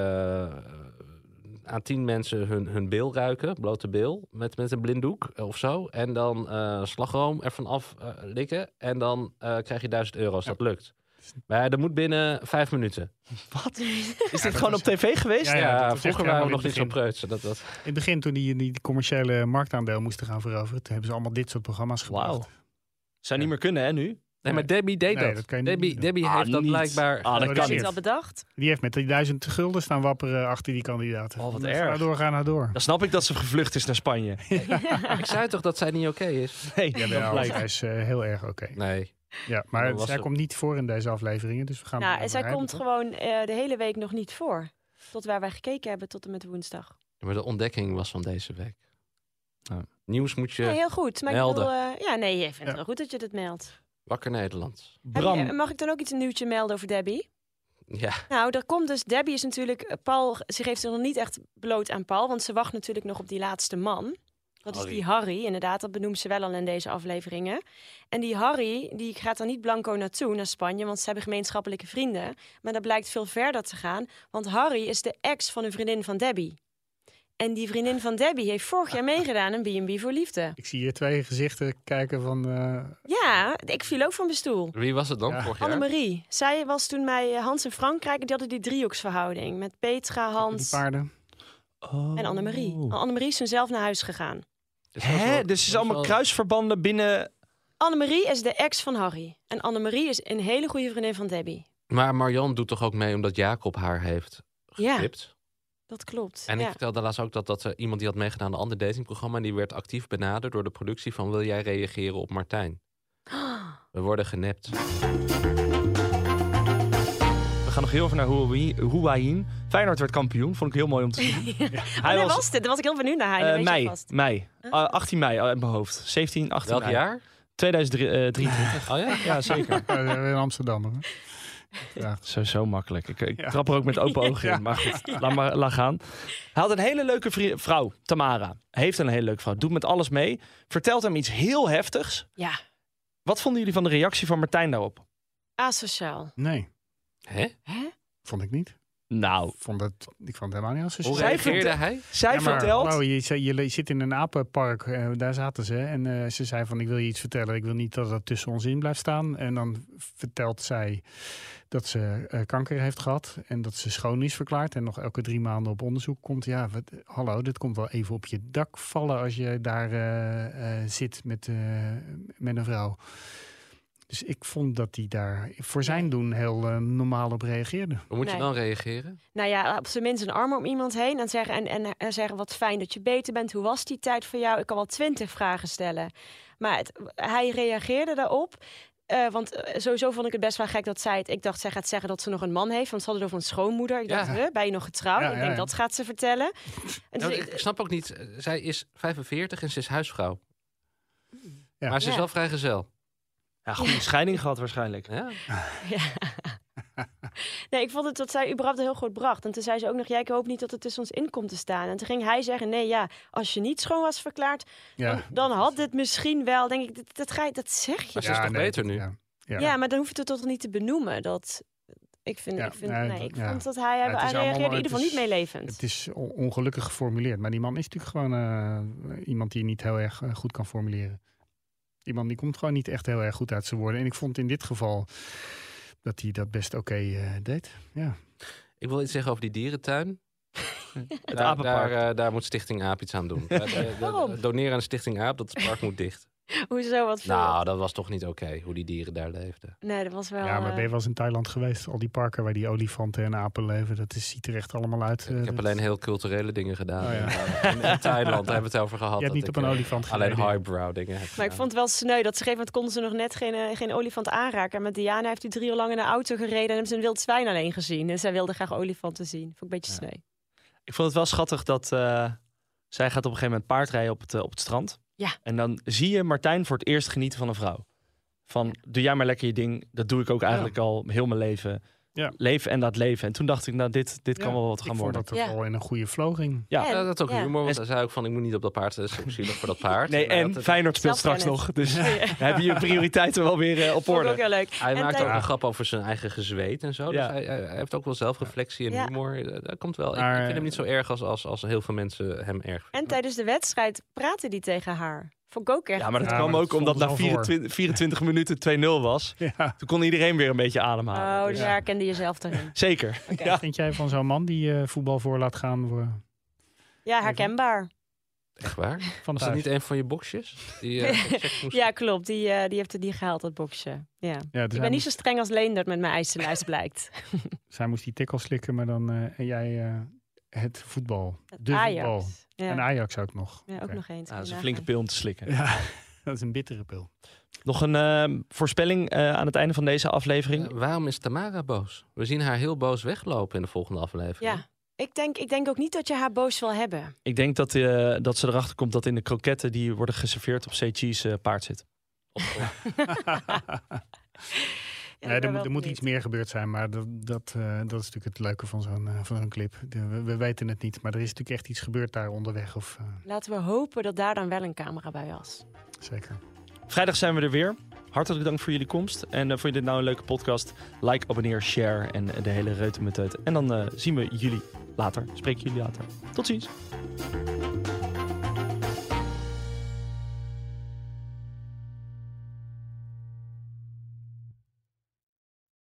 Speaker 9: aan tien mensen hun, hun beel ruiken, blote beel, met, met een blinddoek eh, of zo. En dan eh, slagroom ervan af eh, likken en dan eh, krijg je 1000 euro als dat lukt. Maar dat moet binnen vijf minuten.
Speaker 3: Wat? Is dit gewoon op tv geweest?
Speaker 8: dat
Speaker 9: Ja,
Speaker 8: was echt helemaal
Speaker 9: vroeger waren we
Speaker 8: in
Speaker 9: nog
Speaker 8: het
Speaker 9: niet zo
Speaker 8: begin.
Speaker 9: preuts. Dat, dat...
Speaker 8: In het begin, toen die, die commerciële marktaandeel moesten gaan veroveren, toen hebben ze allemaal dit soort programma's gebracht.
Speaker 3: Wauw. Zou niet meer kunnen, hè, nu?
Speaker 9: Nee, maar Debbie deed
Speaker 8: Nee,
Speaker 9: dat.
Speaker 8: dat kan je niet
Speaker 9: Debbie,
Speaker 8: doen.
Speaker 9: Debbie
Speaker 3: Ah,
Speaker 9: heeft dat
Speaker 3: niet.
Speaker 9: blijkbaar...
Speaker 3: Ah, dat kan
Speaker 4: Is
Speaker 3: niet.
Speaker 4: wel bedacht?
Speaker 8: Die heeft met die duizend gulden staan wapperen achter die kandidaten.
Speaker 3: Oh, wat
Speaker 8: Ga
Speaker 3: erg.
Speaker 8: nou door, ga nou door.
Speaker 3: Dan snap ik dat ze gevlucht is naar Spanje.
Speaker 9: Ik zei toch dat zij niet oké is?
Speaker 3: Nee,
Speaker 8: Ja,
Speaker 3: dat
Speaker 8: nou,
Speaker 3: blijkt.
Speaker 8: zij is eh, heel erg oké.
Speaker 9: Nee.
Speaker 8: Ja, maar
Speaker 9: Dan was
Speaker 8: zij
Speaker 9: ze-
Speaker 8: komt niet voor in deze afleveringen, dus we gaan...
Speaker 4: Nou,
Speaker 8: maar
Speaker 4: en zij
Speaker 8: rijden,
Speaker 4: komt
Speaker 8: toch?
Speaker 4: gewoon eh, de hele week nog niet voor. Tot waar wij gekeken hebben, tot en met woensdag.
Speaker 9: Ja, maar de ontdekking was van deze week.
Speaker 3: Ja.
Speaker 9: Nieuws moet je...
Speaker 4: Ja, heel goed. Maar
Speaker 9: melden.
Speaker 4: ik bedoel, eh, ja, nee, ik vind
Speaker 9: Ja.
Speaker 4: het wel goed dat je dat meldt.
Speaker 9: Wakker Nederland.
Speaker 4: Heb
Speaker 3: Bram.
Speaker 4: je- eh, mag ik dan ook iets een nieuwtje melden over Debbie?
Speaker 9: Ja.
Speaker 4: Nou, daar komt dus. Debbie is natuurlijk. eh, Paul, ze geeft zich nog niet echt bloot aan Paul, want ze wacht natuurlijk nog op die laatste man. Dat
Speaker 9: Harry.
Speaker 4: is die Harry, inderdaad. Dat benoemt ze wel al in deze afleveringen. En die Harry, die gaat dan niet blanco naartoe, naar Spanje, want ze hebben gemeenschappelijke vrienden. Maar dat blijkt veel verder te gaan, want Harry is de ex van een vriendin van Debbie. En die vriendin van Debbie heeft vorig jaar meegedaan aan B&B voor Liefde.
Speaker 8: Ik zie hier twee gezichten kijken van... eh,
Speaker 4: Ja, ik viel ook van mijn stoel.
Speaker 9: Wie was het dan vorig jaar?
Speaker 4: Annemarie. Zij was toen bij eh, Hans in Frankrijk. en Die hadden die driehoeksverhouding. Met Petra,
Speaker 8: die
Speaker 4: Hans
Speaker 8: paarden.
Speaker 3: eh,
Speaker 4: en Annemarie. Annemarie is toen zelf naar huis gegaan.
Speaker 9: Dus dat is wel-
Speaker 3: Hè? Dus het oh. is
Speaker 9: dat
Speaker 3: allemaal
Speaker 9: wel-
Speaker 3: kruisverbanden binnen...
Speaker 4: Annemarie is de ex van Harry. En Annemarie is een hele goede vriendin van Debbie.
Speaker 9: Maar Marian doet toch ook mee omdat Jacob haar heeft
Speaker 4: Ja.
Speaker 9: getipt?
Speaker 4: Dat klopt.
Speaker 9: En ik
Speaker 4: ja.
Speaker 9: vertelde laatst ook dat, dat eh, iemand die had meegedaan aan een ander datingprogramma... en die werd actief benaderd door de productie van... wil jij reageren op Martijn? We worden genept.
Speaker 3: We gaan nog heel even naar Huawei- Huawei. Feyenoord werd kampioen. Vond ik heel mooi om te zien.
Speaker 4: Wanneer
Speaker 3: was-
Speaker 4: Oh, was, dit? Daar was ik heel benieuwd naar. Hein.
Speaker 3: Eh,
Speaker 4: Dat weet je
Speaker 3: mei.
Speaker 4: vast.
Speaker 3: mei. Ah, 18 mei uit mijn hoofd. 17, 18
Speaker 9: Welk
Speaker 3: mei. eh,
Speaker 9: jaar?
Speaker 3: 2023.
Speaker 9: Oh ja?
Speaker 3: ja, zeker.
Speaker 8: Ja, we zijn Eh, in Amsterdam. hoor.
Speaker 3: Zo, zo makkelijk. Ik, ik
Speaker 8: Ja.
Speaker 3: trap er ook met open ogen in. Maar goed, laat maar laat gaan. Hij had een hele leuke vri- vrouw, Tamara. Heeft een hele leuke vrouw. Doet met alles mee. Vertelt hem iets heel heftigs.
Speaker 4: Ja,
Speaker 3: Wat vonden jullie van de reactie van Martijn daarop?
Speaker 4: asociaal.
Speaker 8: Nee,
Speaker 9: Hè?
Speaker 4: Hè?
Speaker 8: vond ik niet.
Speaker 3: Nou,
Speaker 8: Vond dat, ik vond het helemaal niet als
Speaker 9: Oh. Hoe
Speaker 3: Zij
Speaker 9: reageerde
Speaker 3: vertelt-
Speaker 9: hij?
Speaker 3: zij
Speaker 8: Ja, maar,
Speaker 3: vertelt...
Speaker 8: hallo, je, zei- je le- zit in een apenpark, eh, daar zaten ze. En eh, ze zei van, ik wil je iets vertellen. Ik wil niet dat dat tussen ons in blijft staan. En dan vertelt zij dat ze eh, kanker heeft gehad. En dat ze schoon is verklaard. En nog elke drie maanden op onderzoek komt. Ja, wat, hallo, dit komt wel even op je dak vallen als je daar eh, eh, zit met, eh, met een vrouw. Dus ik vond dat hij daar voor zijn doen heel eh, normaal op reageerde.
Speaker 9: Hoe moet je
Speaker 4: Nee.
Speaker 9: dan reageren?
Speaker 4: Nou ja, op zijn minst een arm om iemand heen en zeggen, en, en, en zeggen wat fijn dat je beter bent. Hoe was die tijd voor jou? Ik kan wel twintig vragen stellen. Maar het- hij reageerde daarop. eh, want eh, sowieso vond ik het best wel gek dat zij het... Ik dacht, zij gaat zeggen dat ze nog een man heeft. Want ze hadden het over een schoonmoeder. Ik
Speaker 9: Ja.
Speaker 4: dacht, huh, ben je nog getrouwd?
Speaker 8: Ja,
Speaker 4: ik
Speaker 8: ja,
Speaker 4: denk,
Speaker 8: ja.
Speaker 4: dat gaat ze vertellen. En dus
Speaker 9: Nou,
Speaker 4: toen-
Speaker 9: ik snap ook niet. eh, Zij is 45 en ze is huisvrouw.
Speaker 8: Ja.
Speaker 9: Maar ze is
Speaker 4: Ja.
Speaker 9: wel vrijgezel.
Speaker 3: Ja, goede scheiding gehad waarschijnlijk.
Speaker 9: Ja?
Speaker 4: Nee, ik vond het dat zij überhaupt heel goed bracht. En toen zei ze ook nog, jij ik hoop niet dat het tussen ons in komt te staan. En toen ging hij zeggen, nee ja, als je niet schoon was verklaard...
Speaker 8: Ja,
Speaker 4: dan had dit misschien wel, denk ik, dat, dat, ga je, dat zeg je Dus,
Speaker 9: Maar ze is toch
Speaker 8: nee,
Speaker 9: beter
Speaker 8: dat-
Speaker 9: nu?
Speaker 8: ja.
Speaker 4: Ja. maar dan hoef je het toch niet te benoemen. Dat, ik vind,
Speaker 8: Ja,
Speaker 4: ik vind,
Speaker 8: nee,
Speaker 4: nee,
Speaker 8: dat-
Speaker 4: ik
Speaker 8: ja.
Speaker 4: vond dat hij, hij
Speaker 8: het is
Speaker 4: reageerde
Speaker 8: allemaal-
Speaker 4: in
Speaker 8: het
Speaker 4: ieder geval niet
Speaker 8: is-
Speaker 4: meelevend.
Speaker 8: Het is on- ongelukkig geformuleerd, maar die man is natuurlijk gewoon eh, iemand die niet heel erg eh, goed kan formuleren. Die man die komt gewoon niet echt heel erg goed uit zijn woorden. En ik vond in dit geval dat hij dat best oké eh, deed. Ja.
Speaker 9: Ik wil iets zeggen over die dierentuin.
Speaker 3: Het
Speaker 9: daar, daar,
Speaker 3: apenpark.
Speaker 9: eh, daar moet Stichting Aap iets aan doen. Eh, Daar- daar-
Speaker 4: Waarom?
Speaker 9: Doneren aan Stichting Aap, dat park moet dicht.
Speaker 4: Hoezo, wat voor-
Speaker 9: Nou, dat was toch niet oké, hoe die dieren daar leefden.
Speaker 4: Nee, dat was wel...
Speaker 8: ja, maar ben
Speaker 4: eh,
Speaker 8: je wel eens in Thailand geweest? Al die parken waar die olifanten en apen leven, dat is, ziet er echt allemaal uit. eh,
Speaker 9: ik
Speaker 8: dat-
Speaker 9: heb alleen heel culturele dingen gedaan.
Speaker 8: Oh, ja.
Speaker 9: Eh, in, in Thailand daar hebben we het over gehad.
Speaker 8: Je hebt
Speaker 9: dat
Speaker 8: niet
Speaker 9: ik,
Speaker 8: op een
Speaker 9: eh,
Speaker 8: olifant
Speaker 9: Alleen
Speaker 8: gereden.
Speaker 9: highbrow dingen heb
Speaker 4: Maar ik
Speaker 9: gedaan.
Speaker 4: vond het wel sneu dat ze op een gegeven moment konden ze nog net geen, eh, geen olifant aanraken. En met Diana heeft hij drie uur lang in de auto gereden en hebben ze een wild zwijn alleen gezien. En zij wilde graag olifanten zien. Vond ik een beetje sneu.
Speaker 3: Ik vond het wel schattig dat eh, zij gaat op een gegeven moment paardrijden op het, eh, op het strand.
Speaker 4: Ja.
Speaker 3: En dan zie je Martijn voor het eerst genieten van een vrouw. Van, doe jij maar lekker je ding. Dat doe ik ook eigenlijk al heel mijn leven.
Speaker 8: Ja.
Speaker 3: Leef en laat leven. En toen dacht ik, nou, dit, dit kan
Speaker 8: Ja,
Speaker 3: wel wat
Speaker 8: ik
Speaker 3: gaan
Speaker 8: vond
Speaker 3: worden.
Speaker 8: dat ook Ja. wel in een goede vloging.
Speaker 3: Ja,
Speaker 9: Ja, dat is ook
Speaker 3: ja.
Speaker 9: humor. Want hij zei ook van, ik moet niet op dat paard, dat is ook zielig voor dat paard.
Speaker 3: Nee,
Speaker 9: Maar
Speaker 3: en
Speaker 9: dat-
Speaker 3: Feyenoord speelt straks nog. Dus dan heb je je prioriteiten wel weer eh, op
Speaker 4: Vond ik ook
Speaker 3: orde.
Speaker 4: heel leuk.
Speaker 9: Hij
Speaker 4: En
Speaker 9: maakt ook
Speaker 4: tijdens-
Speaker 9: een grap over zijn eigen gezweet en zo.
Speaker 3: Ja.
Speaker 9: Dus hij, hij- hij heeft ook wel zelfreflectie en
Speaker 4: Ja.
Speaker 9: humor. Eh, Dat komt wel. Ik- ik,
Speaker 3: Maar-
Speaker 9: vind hem niet zo erg als, als, als heel veel mensen hem erg vinden.
Speaker 4: En tijdens de wedstrijd praatte die tegen haar. Vond ik ook echt.
Speaker 3: Ja, maar dat
Speaker 9: Ja,
Speaker 3: kwam
Speaker 9: maar
Speaker 3: ook
Speaker 9: dat
Speaker 3: omdat
Speaker 9: vond
Speaker 3: na
Speaker 9: ik wel voor.
Speaker 3: 24, 24 minuten 2-0 was. Toen kon iedereen weer een beetje ademhalen.
Speaker 8: Ah,
Speaker 4: Oh, dus
Speaker 3: Dus-
Speaker 4: jij herkende jezelf erin.
Speaker 3: Zeker.
Speaker 8: Wat vind jij van zo'n man die eh, voetbal voor laat gaan? Voor,
Speaker 4: Ja, herkenbaar.
Speaker 9: Echt waar?
Speaker 8: Van
Speaker 9: Is dat
Speaker 8: thuis.
Speaker 9: niet een van je boxjes? Die, eh, gecheckt moest-
Speaker 4: Ja, klopt. Die, eh, die heeft het niet gehaald, dat boxje. Ja.
Speaker 8: Ja,
Speaker 4: ik
Speaker 8: dus
Speaker 4: ben
Speaker 8: hij,
Speaker 4: niet
Speaker 8: moest,
Speaker 4: zo streng als Leendert met mijn eisenlijst blijkt.
Speaker 8: zij moest die tikkel slikken, maar dan eh, en jij eh, het voetbal. De
Speaker 4: Ajax,
Speaker 8: voetbal.
Speaker 4: ja.
Speaker 8: En Ajax ook nog.
Speaker 4: Ja, ook
Speaker 8: Oké.
Speaker 4: nog eens.
Speaker 3: Ah, dat is een flinke pil om te slikken.
Speaker 8: Ja, dat is een bittere pil.
Speaker 3: Nog een eh, voorspelling eh, aan het einde van deze aflevering.
Speaker 9: Eh, waarom is Tamara boos? We zien haar heel boos weglopen in de volgende aflevering.
Speaker 4: Ja. Ik denk, ik denk ook niet dat je haar boos wil hebben.
Speaker 3: Ik denk dat, eh, dat ze erachter komt dat in de kroketten die worden geserveerd op C-cheese eh, paard zit.
Speaker 8: Nee, er, moet- er moet iets meer gebeurd zijn, maar dat, dat, eh, dat is natuurlijk het leuke van zo'n eh, van zo'n clip. De- we, we weten het niet, maar er is natuurlijk echt iets gebeurd daar onderweg. Of, eh,
Speaker 4: Laten we hopen dat daar dan wel een camera bij was.
Speaker 8: zeker.
Speaker 3: Vrijdag zijn we er weer. Hartelijk dank voor jullie komst. En eh, vond je dit nou een leuke podcast? Like, abonneer, share en eh, de hele reutemeteut. En dan eh, zien we jullie later. Spreken jullie later. Tot ziens.